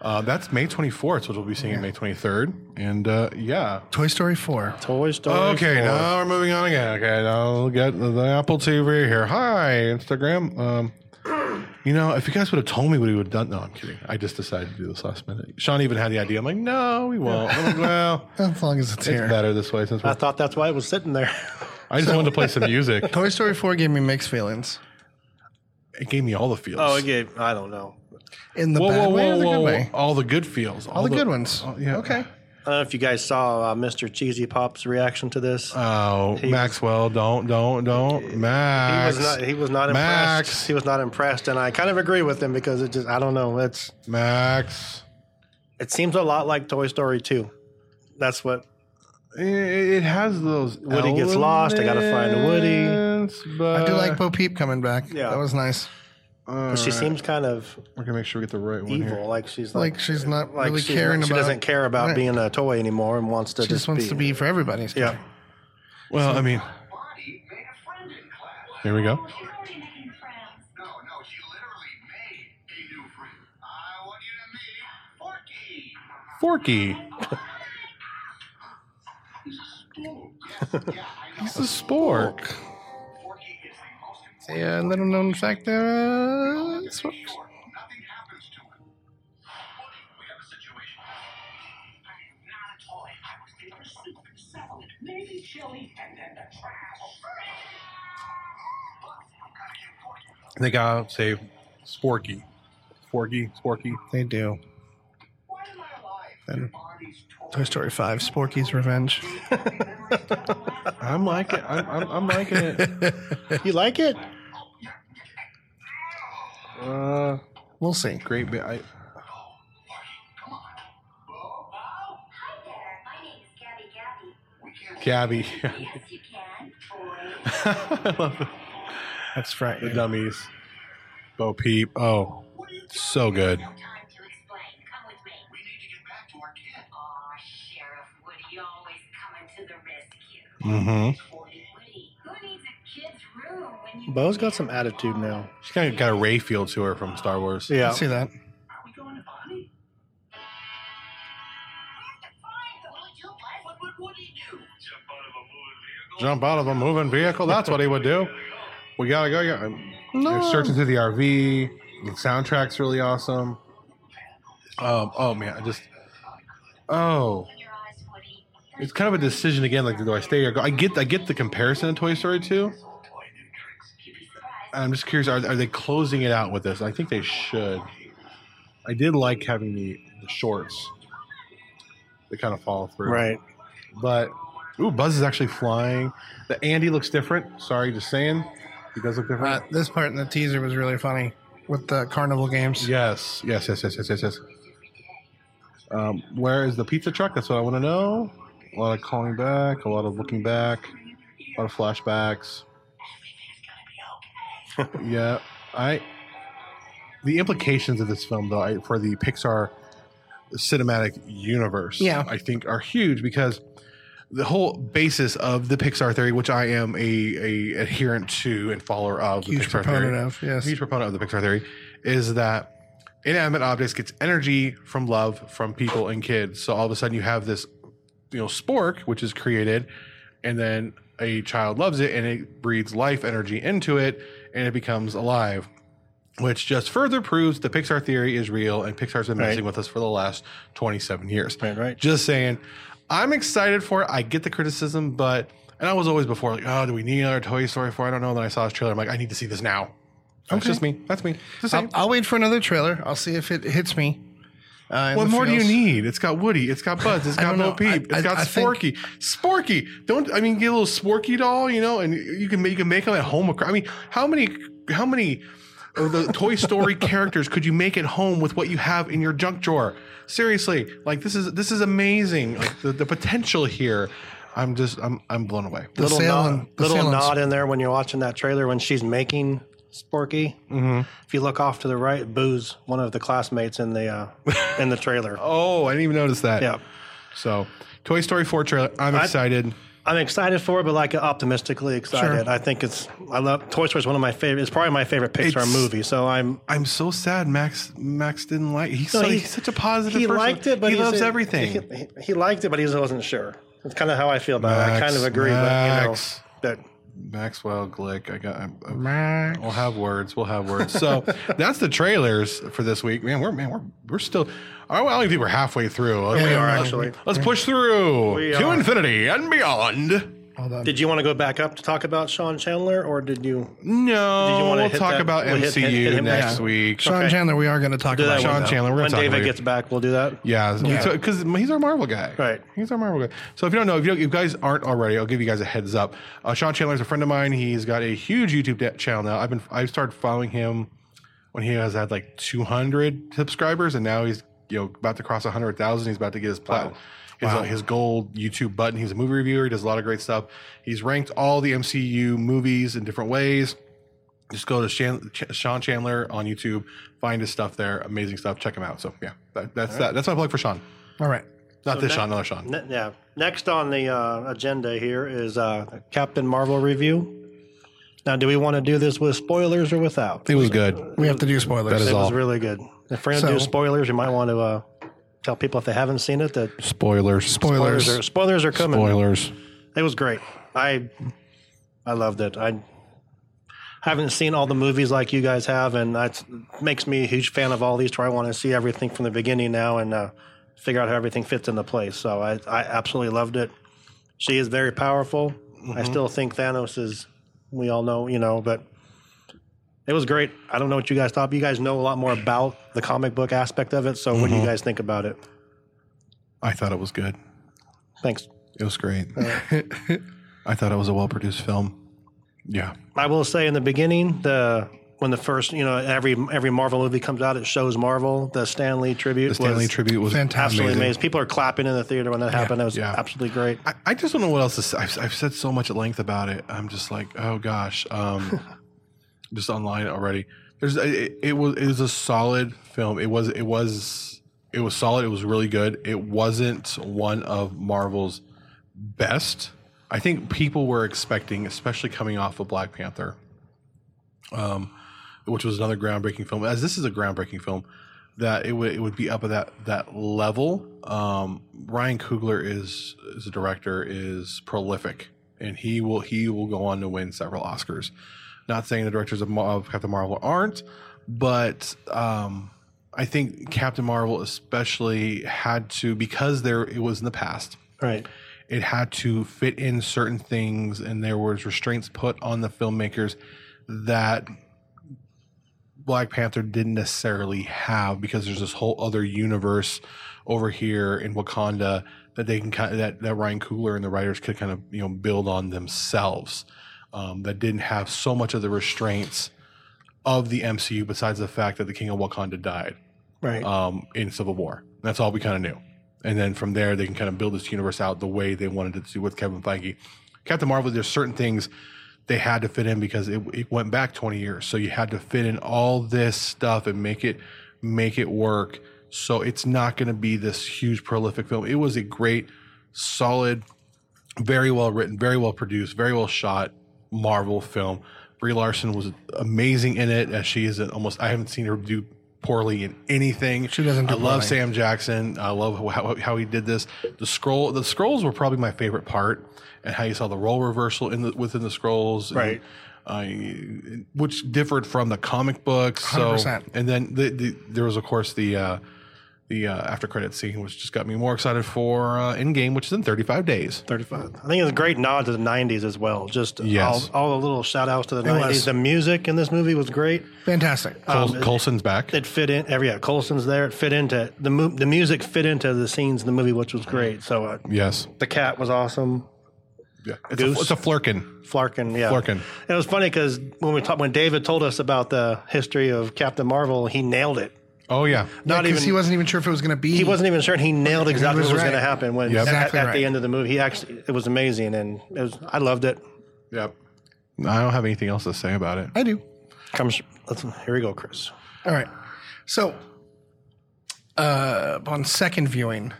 S1: uh, that's May 24th, which we'll be seeing
S2: Yeah.
S1: May 23rd, and uh, yeah.
S2: Toy Story 4.
S3: Toy Story.
S1: Okay,
S3: 4.
S1: now we're moving on again. Okay, now we'll get the Apple TV here. Hi, Instagram. Um, you know, if you guys would have told me what he would have done, no, I'm kidding. I just decided to do this last minute. Sean even had the idea. I'm like, no, we won't. I'm like, well,
S2: Oh, As long as it's
S1: it's
S2: here.
S1: better this way since
S3: I
S1: we're,
S3: thought that's why it was sitting there.
S1: I just wanted to play some music.
S2: Toy Story 4 gave me mixed feelings.
S1: It gave me all the feels.
S3: oh, it gave. I don't know.
S2: In the
S1: whoa,
S2: bad
S1: whoa,
S2: way or
S1: whoa,
S2: the
S1: whoa,
S2: good
S1: whoa!
S2: way?
S1: All the good feels.
S2: All the good ones.
S1: Oh, yeah.
S2: Okay.
S3: I don't know if you guys saw uh, Mr. Cheesy Pop's reaction to this.
S1: Oh,
S3: He was-
S1: Maxwell, don't, don't, don't, Max.
S3: he was not. He was not impressed.
S1: Max.
S3: He was not impressed, and I kind of agree with him because it just. I don't know. It's.
S1: Max.
S3: It seems a lot like Toy Story 2. That's what.
S1: It, it has those.
S3: Woody gets lost, they gotta find Woody.
S1: elements, But
S2: I do like Bo Peep coming back.
S3: yeah.
S2: That was nice.
S1: all
S3: But she
S1: right.
S3: seems kind of
S1: We're gonna make sure we get the right one
S3: evil.
S1: here.
S3: Like she's like,
S2: Like, she's not
S3: like
S2: really
S3: she's-
S2: caring
S3: She
S2: about
S3: doesn't care about
S2: Right.
S3: being a toy anymore and wants to.
S2: She just wants to be for everybody.
S3: Yeah.
S1: Well, I mean,
S5: Bonnie made a friend in class.
S1: here we go.
S6: Oh, She's already making friends.
S5: No, no, she literally made a new friend. I want you to meet Forky.
S1: Forky.
S6: Oh
S5: He's a spork. yeah, I know.
S1: He's a spork.
S5: Forky is the most important.
S2: Yeah, little known fact there. Uh, it's what-
S5: Sure, nothing happens to him. Woody, we have a situation.
S6: I am not a toy. I was the person who salad, maybe chili, and then the trash.
S1: They gotta say Sporky. Forky, Sporky.
S2: they do.
S5: Why am I alive?
S2: Then
S5: Bonnie's
S2: Toy Story 5, Sporky's Revenge.
S1: I'm liking. I'm, I'm, I'm liking it.
S3: You like it?
S1: Uh,
S2: We'll see.
S1: great. Ba- I,
S6: Oh, Hi there. My name is Gabby Gabby.
S1: Gabby.
S6: Yes, you can.
S1: I love the,
S2: That's
S1: the
S2: right.
S1: dummies. Bo Peep. Oh, so good.
S6: No time to explain. Come with me.
S5: We need to get back to our kid.
S6: Aw, Sheriff Woody always coming to the rescue.
S1: Mm-hmm.
S6: Woody, who needs a kid's room when you
S3: Bo's got some attitude now.
S1: She's kind of got a Ray feel to her from Star Wars.
S2: I
S3: Yeah.
S2: see
S5: Are
S2: that.
S5: we going to Bonnie?
S6: What would Woody do?
S5: Jump out of a moving vehicle.
S1: Jump out of a moving vehicle. That's what he would do. We gotta go. Yeah. They're searching through the RV. The soundtrack's really awesome. Um, oh man, I just. Oh,
S6: Open your eyes, Woody.
S1: it's kind of a decision again. Like, do I stay or go? I get, I get the comparison to Toy Story 2. I'm just curious. Are, are they closing it out with this? I think they should. I did like having the, the shorts. They kind of follow through,
S3: Right.
S1: But ooh, Buzz is actually flying. The Andy looks different. Sorry, just saying, he does look different.
S2: Uh, this part in the teaser was really funny with the carnival games.
S1: Yes, yes, yes, yes, yes, yes, yes. Um, where is the pizza truck? That's what I want to know. A lot of calling back, a lot of looking back, a lot of flashbacks. yeah, I. The implications of this film, though, I, for the Pixar cinematic universe,
S2: Yeah.
S1: I think are huge because the whole basis of the Pixar theory, which I am a, a adherent to and follower of,
S2: Huge
S1: the Pixar
S2: proponent
S1: theory,
S2: of yes.
S1: huge proponent of the Pixar theory is that inanimate objects gets energy from love from people and kids. So all of a sudden you have this, you know, spork which is created, and then a child loves it and it breathes life energy into it and it becomes alive. Which just further proves the Pixar theory is real and Pixar's been
S3: Right.
S1: messing with us for the last 27 years.
S3: Right. Right.
S1: Just saying, I'm excited for it. I get the criticism, but and I was always before like, oh, do we need another Toy Story four? I don't know. Then I saw this trailer. I'm like, I need to see this now. That's
S2: Okay.
S1: just me. That's me. It's the
S2: I'll,
S1: same.
S2: I'll wait for another trailer. I'll see if it hits me. Uh, in
S1: what
S2: the
S1: more do
S2: feels.
S1: you need? It's got Woody. It's got Buzz. It's
S2: I
S1: got
S2: don't
S1: Bo
S2: know. I-
S1: Peep. It's
S2: I-
S1: got
S2: I think-
S1: Sporky. Sporky. Don't I mean get a little Sporky doll, you know, and you can make you can make them at home. acro- I mean, how many how many of the Toy Story characters could you make at home with what you have in your junk drawer? Seriously, like this is this is amazing. Like the, the potential here. I'm just I'm I'm blown away.
S2: The
S3: little
S2: sale
S3: nod,
S2: on- the
S3: little
S2: sale on-
S3: nod in there when you're watching that trailer when she's making Sporky.
S1: Mhm.
S3: If you look off to the right, Boo's one of the classmates in the uh, in the trailer.
S1: Oh, I didn't even notice that.
S3: Yeah,
S1: So, Toy Story 4 trailer. I'm
S3: I-
S1: excited.
S3: I'm excited for it, but like optimistically excited. I think it's I love Toy Story is one of my favorite. It's probably my favorite Pixar
S1: It's-
S3: movie. So I'm
S1: I'm so sad. Max Max didn't like. He's,
S3: No,
S1: so,
S3: he-
S1: he's such a positive.
S3: he
S1: person.
S3: liked it, but
S1: he
S3: he's-
S1: loves everything.
S3: He, he- he liked it, but he wasn't sure. It's kind of how I feel about it. I kind of
S1: Max,
S3: agree,
S1: Max.
S3: but you know that
S1: Maxwell Glick. I got. I'm, I'm,
S2: Max.
S1: we'll have words. We'll have words. So that's the trailers for this week. Man, we're man, we're we're still. I don't even think we're halfway through. Let's,
S3: we are actually.
S1: let's push through
S3: We
S1: to
S3: are.
S1: infinity and beyond.
S2: Hold on.
S3: Did you want to go back up to talk about Sean Chandler, or did you? Did you
S1: No,
S3: wanna
S1: we'll
S3: hit
S1: talk
S3: that-
S1: about
S3: we'll hit-
S1: MCU
S3: hit- hit him
S1: next
S3: next?
S1: week.
S2: Sean
S3: okay.
S2: Chandler, we are going to talk
S3: Do
S2: about
S3: that
S1: Sean
S3: one, though.
S1: Chandler, we're gonna
S3: When
S1: talk
S3: David
S1: about it.
S3: gets back, we'll do that.
S1: Yeah,
S2: Yeah.
S1: because he's our Marvel guy.
S3: Right.
S1: He's our Marvel guy. So if you don't know, if you, if you guys aren't already, I'll give you guys a heads up. Uh, Sean Chandler is a friend of mine. He's got a huge YouTube da- channel now. I've been I started following him when he has had like 200 subscribers, and now he's you know about to cross 100,000. He's about to get his plat. His, uh,
S2: Wow.
S1: his gold YouTube button. He's a movie reviewer. He does a lot of great stuff. He's ranked all the MCU movies in different ways. Just go to Shan- Ch- Sean Chandler on YouTube. Find his stuff there. Amazing stuff. Check him out. So yeah, that, that's that. That's my plug for Sean.
S2: All right.
S1: Not
S3: So
S1: this
S3: ne-
S1: Sean, another Sean.
S3: Ne- yeah. Next on the uh, agenda here is uh, Captain Marvel review. Now, do we want to do this with spoilers or without?
S1: It was good.
S2: We have to do spoilers.
S1: That is
S3: it
S1: all.
S3: was really good. If we're gonna do
S2: So-
S3: spoilers, you might want to uh, tell people if they haven't seen it that
S1: Spoilers.
S2: spoilers.
S3: spoilers are spoilers are coming.
S1: Spoilers.
S3: It was great. I I loved it. I haven't seen all the movies like you guys have, and that makes me a huge fan of all these. To where I want to see everything from the beginning now and uh, figure out how everything fits into place. So I, I absolutely loved it. She is very powerful. I still think Thanos is. We all know, you know, but it was great. I don't know what you guys thought. But you guys know a lot more about the comic book aspect of it. So what do you guys think about it?
S1: I thought it was good.
S3: Thanks.
S1: It was great. I thought it was a well produced film. Yeah.
S3: I will say in the beginning, the when the first you know every every Marvel movie comes out, it shows Marvel. The Stan Lee tribute.
S1: The Stanley
S3: was
S1: tribute was
S2: Fantastic.
S3: Absolutely amazing.
S1: amazing.
S3: People are clapping in the theater when that happened. That was
S1: yeah.
S3: absolutely great.
S1: I, I just don't know what else to say. I've, I've said so much at length about it. I'm just like, oh gosh, um, just online already. There's it, it was it was a solid film. It was it was it was solid. It was really good. It wasn't one of Marvel's best. I think people were expecting, especially coming off of Black Panther, um, which was another groundbreaking film. As this is a groundbreaking film, that it would it would be up at that that level. Um, Ryan Coogler is is a director is prolific, and he will he will go on to win several Oscars. Not saying the directors of, Mar- of Captain Marvel aren't, but um, I think Captain Marvel especially had to because there it was in the past
S3: Right.
S1: it had to fit in certain things and there was restraints put on the filmmakers that black panther didn't necessarily have because there's this whole other universe over here in wakanda that they can kind of, that, that ryan coogler and the writers could kind of you know build on themselves um, that didn't have so much of the restraints of the mcu besides the fact that the king of wakanda died
S3: Right.
S1: um, in Civil War. That's all we kind of knew. And then from there, they can kind of build this universe out the way they wanted it to with Kevin Feige. Captain Marvel, there's certain things they had to fit in because it, it went back 20 years. So you had to fit in all this stuff and make it make it work. So it's not going to be this huge prolific film. It was a great, solid, very well written, very well produced, very well shot Marvel film. Brie Larson was amazing in it, as she is an almost. I haven't seen her do poorly in anything.
S2: She doesn't do
S1: I love
S2: poorly.
S1: Sam Jackson. I love how- how, how he did this. The scroll, the scrolls were probably my favorite part, and how you saw the role reversal in the within the scrolls, and,
S3: Right.
S1: uh, which differed from the comic books. So,
S2: 100%.
S1: and then the, the, there was of course the. Uh, the uh, after credit scene, which just got me more excited for uh, Endgame, which is in 35 days.
S3: 35. I think it's a great nod to the 90s as well. Just
S1: Yes.
S3: all, all the little shout outs to the
S2: was.
S3: 90s. The music in this movie was great.
S2: Fantastic.
S1: Col- Colson's back.
S3: It fit in. Every yeah, Colson's there. It fit into the mo- the music fit into the scenes in the movie, which was great. So uh,
S1: yes.
S3: the cat was awesome.
S1: Yeah. It's, a,
S3: Goose.
S1: it's a flirkin.
S3: Flarkin, yeah.
S1: Flarkin.
S3: It was funny because when we talked, when David told us about the history of Captain Marvel, he nailed it.
S1: Oh yeah.
S3: Not even
S2: Because he wasn't even sure if it was going to be.
S3: he wasn't even sure. and He nailed exactly
S2: was
S3: what was
S2: right.
S3: going to happen when
S1: Yep.
S3: at-
S2: Exactly
S3: at,
S2: right.
S3: the end of the movie. He actually, it was amazing, and it was, I loved it.
S1: Yep. I don't have anything else to say about it.
S2: I do.
S3: Comes, let's, here we go, Chris.
S2: All right. So, uh, upon second viewing,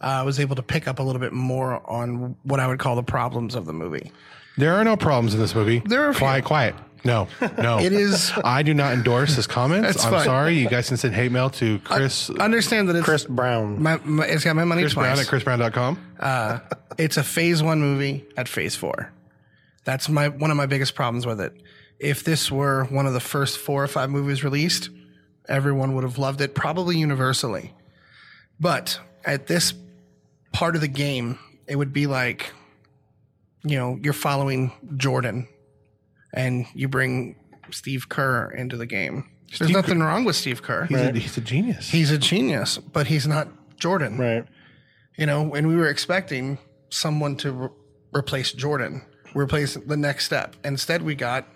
S2: I was able to pick up a little bit more on what I would call the problems of the movie.
S1: There are no problems in this movie.
S2: There are a few.
S1: quiet, quiet. No, no.
S2: It is-
S1: I do not endorse his comments.
S2: That's
S1: I'm
S2: fine.
S1: sorry. You guys can send hate mail to Chris.
S2: Understand that it's
S3: Chris Brown.
S2: My, my, it's got my money
S1: Chris Brown
S2: twice.
S1: at chrisbrown.com.
S2: it's a phase one movie at phase four. That's my one of my biggest problems with it. If this were one of the first four or five movies released, everyone would have loved it, probably universally. But at this part of the game, it would be like, you know, you're following Jordan, and you bring Steve Kerr into the game. There's
S1: Steve
S2: nothing wrong with Steve Kerr.
S1: He's, a, he's a genius.
S2: He's a genius, but he's not Jordan
S3: Right.
S2: you know, and we were expecting someone to re- replace Jordan, replace the next step. Instead, we got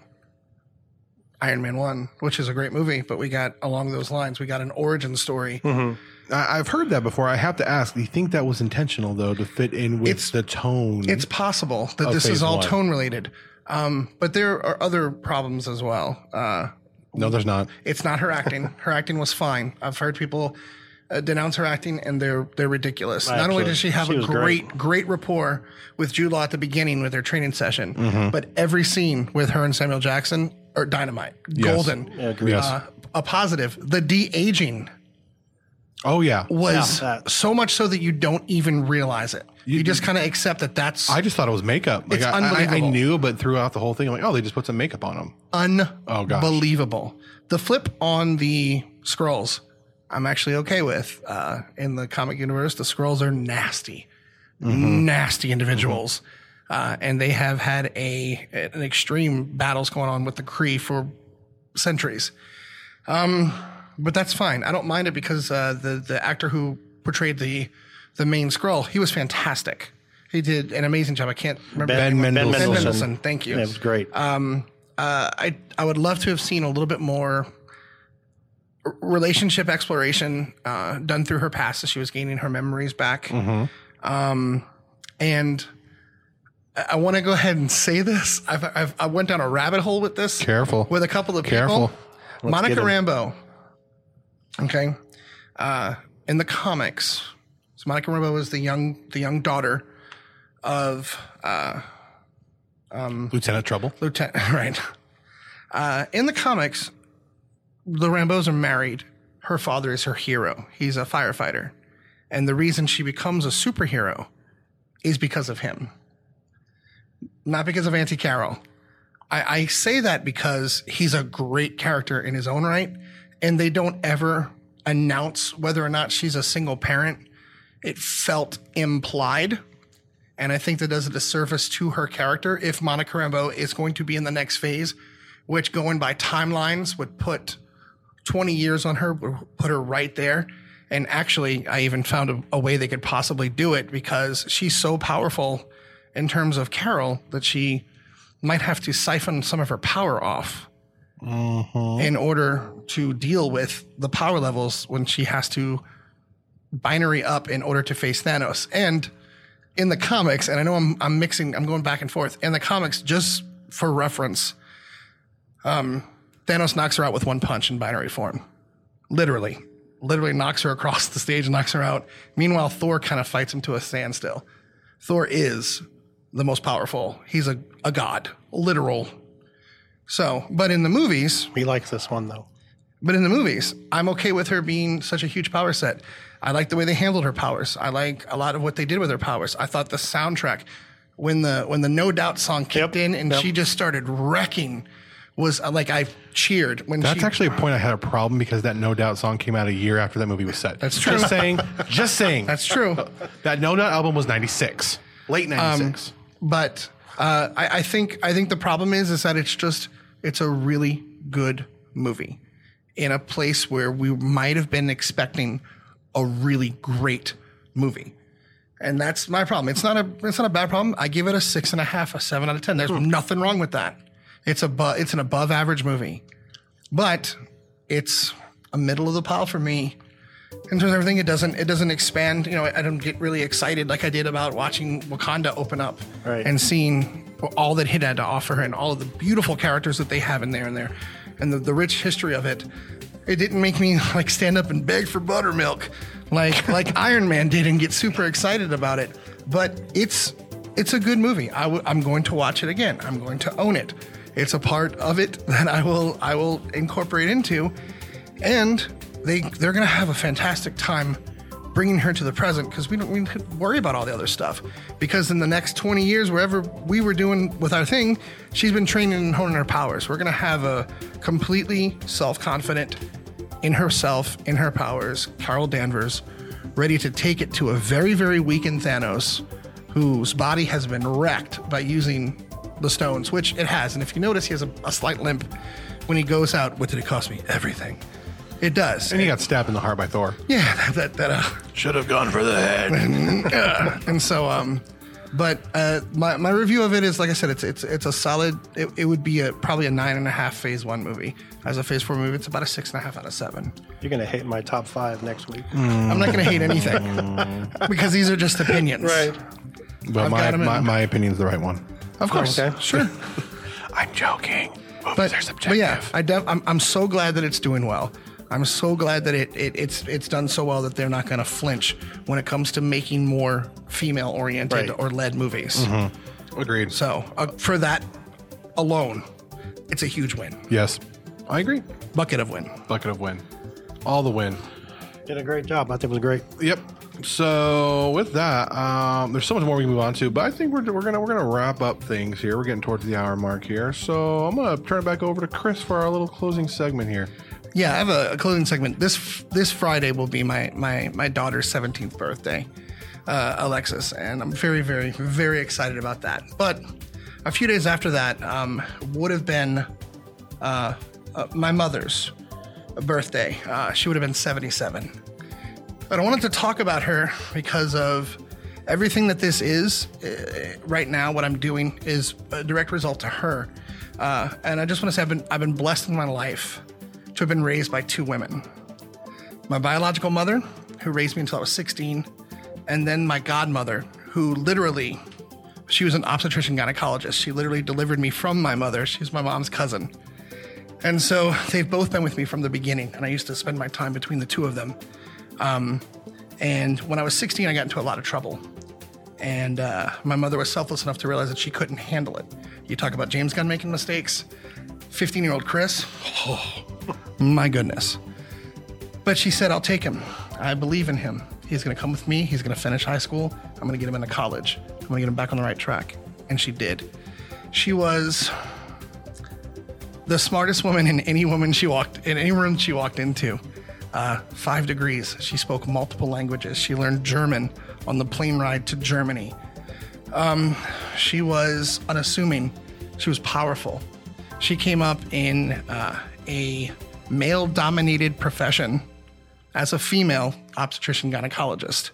S2: Iron Man 1, which is a great movie, but we got along those lines, we got an origin story.
S1: Mm-hmm. I, I've heard that before. I have to ask. Do you think that was intentional though to fit in with
S2: It's-
S1: the tone?
S2: It's possible that
S1: Of
S2: this is
S1: phase
S2: all
S1: one.
S2: tone related, um, but there are other problems as well. Uh,
S1: no, there's not.
S2: it's not her acting. her acting was fine. I've heard people uh, denounce her acting, and they're they're ridiculous. Not only
S3: absolutely.
S2: does she have
S3: She
S2: a
S3: was
S2: great
S3: great.
S2: great rapport with Jude Law at the beginning with their training session,
S3: Mm-hmm.
S2: but every scene with her and Samuel Jackson are dynamite, golden,
S1: Yes.
S2: uh, a positive. The de aging
S1: oh yeah.
S2: was
S3: Yeah, that-
S2: so much so that you don't even realize it. You, just kind of accept that that's
S1: I just thought it was makeup. Like,
S2: It's
S1: I, I- I,
S2: unbelievable.
S1: knew, but throughout the whole thing, I'm like, oh, they just put some makeup on him. gosh.
S2: unbelievable. the flip on the scrolls, I'm actually okay with. Uh, in the comic universe, the scrolls are nasty,
S1: Mm-hmm.
S2: nasty individuals, uh, and they have had a an extreme battles going on with the Kree for centuries. Um, but that's fine. I don't mind it because uh, the the actor who portrayed the the main scroll, he was fantastic. He did an amazing job. I can't remember the
S1: Ben
S2: name of-
S1: Mendelsohn.
S2: Ben Mendelsohn. Thank you.
S3: It was great.
S2: Uh, I I would love to have seen a little bit more r- relationship exploration uh, done through her past as she was gaining her memories back.
S3: Mm-hmm.
S2: Um, and I, I want to go ahead and say this. I've, I've I went down a rabbit hole with this
S1: Careful.
S2: with a couple of
S1: Careful.
S2: people. Monica
S3: get 'em.
S2: Rambo. Okay. Uh, in the comics, so Monica Rambo is the young the young daughter of uh,
S1: Lieutenant Trouble.
S2: Lieutenant. Right. Uh, in the comics, the Rambos are married. Her father is her hero. He's a firefighter, and the reason she becomes a superhero is because of him, not because of Auntie Carol. I, I say that because he's a great character in his own right, and they don't ever announce whether or not she's a single parent. It felt implied, and I think that does a disservice to her character if Monica Rambeau is going to be in the next phase, which going by timelines would put 20 years on her, would put her right there. And actually, I even found a, a way they could possibly do it because she's so powerful in terms of Carol that she might have to siphon some of her power off in order to deal with the power levels when she has to binary up in order to face Thanos. And in the comics, and I know I'm I'm mixing, I'm going back and forth. In the comics, just for reference, um, Thanos knocks her out with one punch in binary form, literally, literally knocks her across the stage, knocks her out. Meanwhile, Thor kind of fights him to a standstill. Thor is the most powerful. He's a a god, literal. So, but in the movies,
S3: He likes this one though.
S2: but in the movies, I'm okay with her being such a huge power set. I like the way they handled her powers. I like a lot of what they did with her powers. I thought the soundtrack, when the when the No Doubt song kicked
S3: Yep,
S2: in and
S3: yep.
S2: she just started wrecking, was uh, like I cheered when
S1: That's
S2: she.
S1: actually a point I had a problem because that No Doubt song came out a year after that movie was set.
S2: That's true.
S1: Just saying. Just saying.
S2: that's true.
S1: that No Doubt album was 96. Late
S3: Um,
S1: 96.
S2: Um, but uh, I, I think I think the problem is is that it's just it's a really good movie in a place where we might have been expecting a really great movie. And that's my problem. It's not a it's not a bad problem. I give it a six and a half, a seven out of ten. There's nothing wrong with that. It's above it's an above average movie. But it's a middle of the pile for me in terms of everything it doesn't it doesn't expand you know i don't get really excited like i did about watching wakanda open up
S3: Right.
S2: and seeing all that it had to offer and all of the beautiful characters that they have in there and there and the, the rich history of it it didn't make me like stand up and beg for buttermilk like like iron man did and get super excited about it but it's it's a good movie i w- i'm going to watch it again i'm going to own it it's a part of it that i will i will incorporate into and they they're gonna have a fantastic time bringing her to the present because we don't we could worry about all the other stuff because in the next 20 years wherever we were doing with our thing she's been training and honing her powers we're gonna have a completely self-confident in herself in her powers carol danvers ready to take it to a very very weakened thanos whose body has been wrecked by using the stones which it has and if you notice he has a, a slight limp when he goes out what did it cost me everything it does
S1: And he got stabbed in the heart by Thor.
S2: yeah, that that, that uh,
S1: Should have gone for the head.
S2: and so um, but uh, my my review of it is like I said, it's it's it's a solid. It, it would be a probably a nine and a half phase one movie. As a phase four movie, it's about a six and a half out of seven.
S3: You're gonna hate my top five next week.
S2: I'm not gonna hate anything because these are just opinions,
S1: But
S2: I've
S1: my,
S2: got him in-
S1: my, my opinion's the right one.
S2: Of course,
S3: Okay.
S2: sure.
S1: I'm joking. Movies
S2: But, but yeah, I def- I'm I'm so glad that it's doing well. I'm so glad that it, it it's it's done so well that they're not gonna flinch when it comes to making more female oriented
S3: Right. Mm-hmm.
S2: or led movies.
S1: Agreed.
S2: So uh, for that alone, it's a huge win.
S1: yes. I agree.
S2: Bucket of win.
S1: Bucket of win. All the win.
S3: Did a great job. I think it was great.
S1: Yep. So with that, um, there's so much more we can move on to, but I think we're, we're gonna we're gonna wrap up things here. We're getting towards the hour mark here, so I'm gonna turn it back over to Chris for our little closing segment here.
S2: Yeah, I have a, a closing segment. This this Friday will be my my my daughter's seventeenth birthday, uh, Alexis, and I'm very very very excited about that. But a few days after that um, would have been uh, uh, my mother's birthday. Uh, she would have been seventy seven. But I wanted to talk about her because of Everything that this is uh, right now, what I'm doing is a direct result to her. Uh, and I just want to say I've been I've been blessed in my life to have been raised by two women. My biological mother, who raised me until I was 16, and then my godmother, who literally she was an obstetrician gynecologist. She literally delivered me from my mother. She's my mom's cousin. And so they've both been with me from the beginning, and I used to spend my time between the two of them. Um, and when I was 16, I got into a lot of trouble. And uh, my mother was selfless enough to realize that she couldn't handle it. You talk about James Gunn making mistakes. 15 year old Chris, oh, my goodness. But she said, I'll take him. I believe in him. He's going to come with me. He's going to finish high school. I'm going to get him into college. I'm going to get him back on the right track. And she did. She was the smartest woman in any woman she walked in any room she walked into. Uh, five degrees. She spoke multiple languages. She learned German on the plane ride to Germany. Um, she was unassuming. She was powerful. She came up in uh, a male-dominated profession as a female obstetrician gynecologist.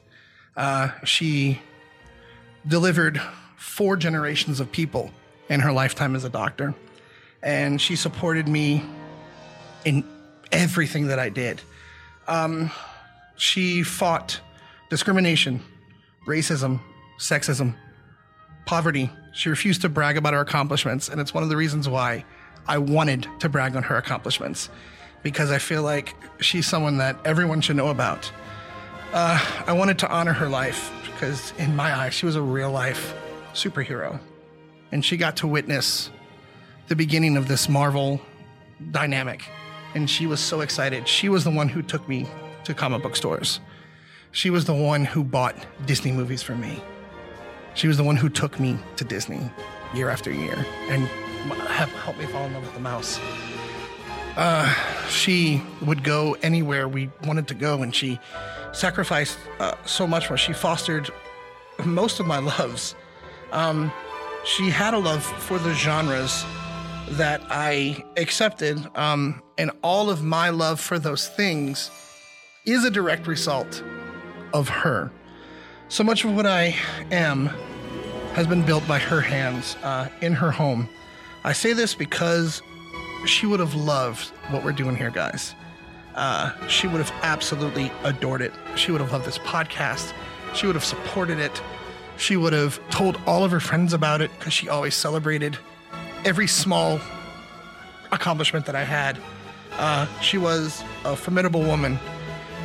S2: Uh, she delivered four generations of people in her lifetime as a doctor. And she supported me in everything that I did. Um, she fought discrimination, racism, sexism, poverty. She refused to brag about her accomplishments. And it's one of the reasons why I wanted to brag on her accomplishments because I feel like she's someone that everyone should know about. Uh, I wanted to honor her life because, in my eyes, she was a real life superhero. And she got to witness the beginning of this Marvel dynamic. And she was so excited. She was the one who took me to comic book stores. She was the one who bought Disney movies for me. She was the one who took me to Disney year after year and have helped me fall in love with the mouse she would go anywhere we wanted to go, and she sacrificed uh, so much for us. She fostered most of my loves. Um, she had a love for the genres that I accepted, um, and all of my love for those things is a direct result of her. So much of what I am has been built by her hands uh, in her home. I say this because she would have loved what we're doing here, guys. Uh, she would have absolutely adored it. She would have loved this podcast. She would have supported it. She would have told all of her friends about it because she always celebrated every small accomplishment that I had. Uh, she was a formidable woman.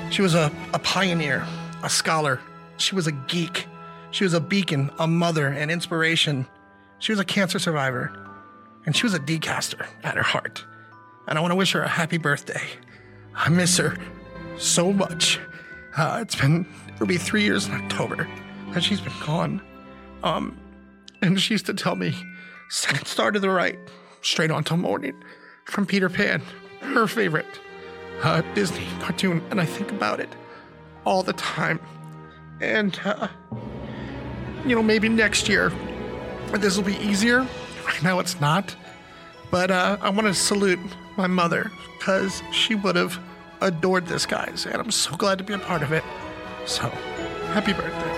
S2: She was a, a pioneer, a scholar. She was a geek. She was a beacon, a mother, an inspiration. She was a cancer survivor and she was a decaster at her heart. And I want to wish her a happy birthday. I miss her so much. Uh, it's been it'll be three years in October that she's been gone. Um, and she used to tell me, second star to the right, straight on till morning, from Peter Pan, her favorite uh, Disney cartoon. And I think about it all the time. And uh, you know, maybe next year this will be easier. Right now it's not. But uh, I want to salute my mother because she would have adored this, guys. And I'm so glad to be a part of it. So, happy birthday.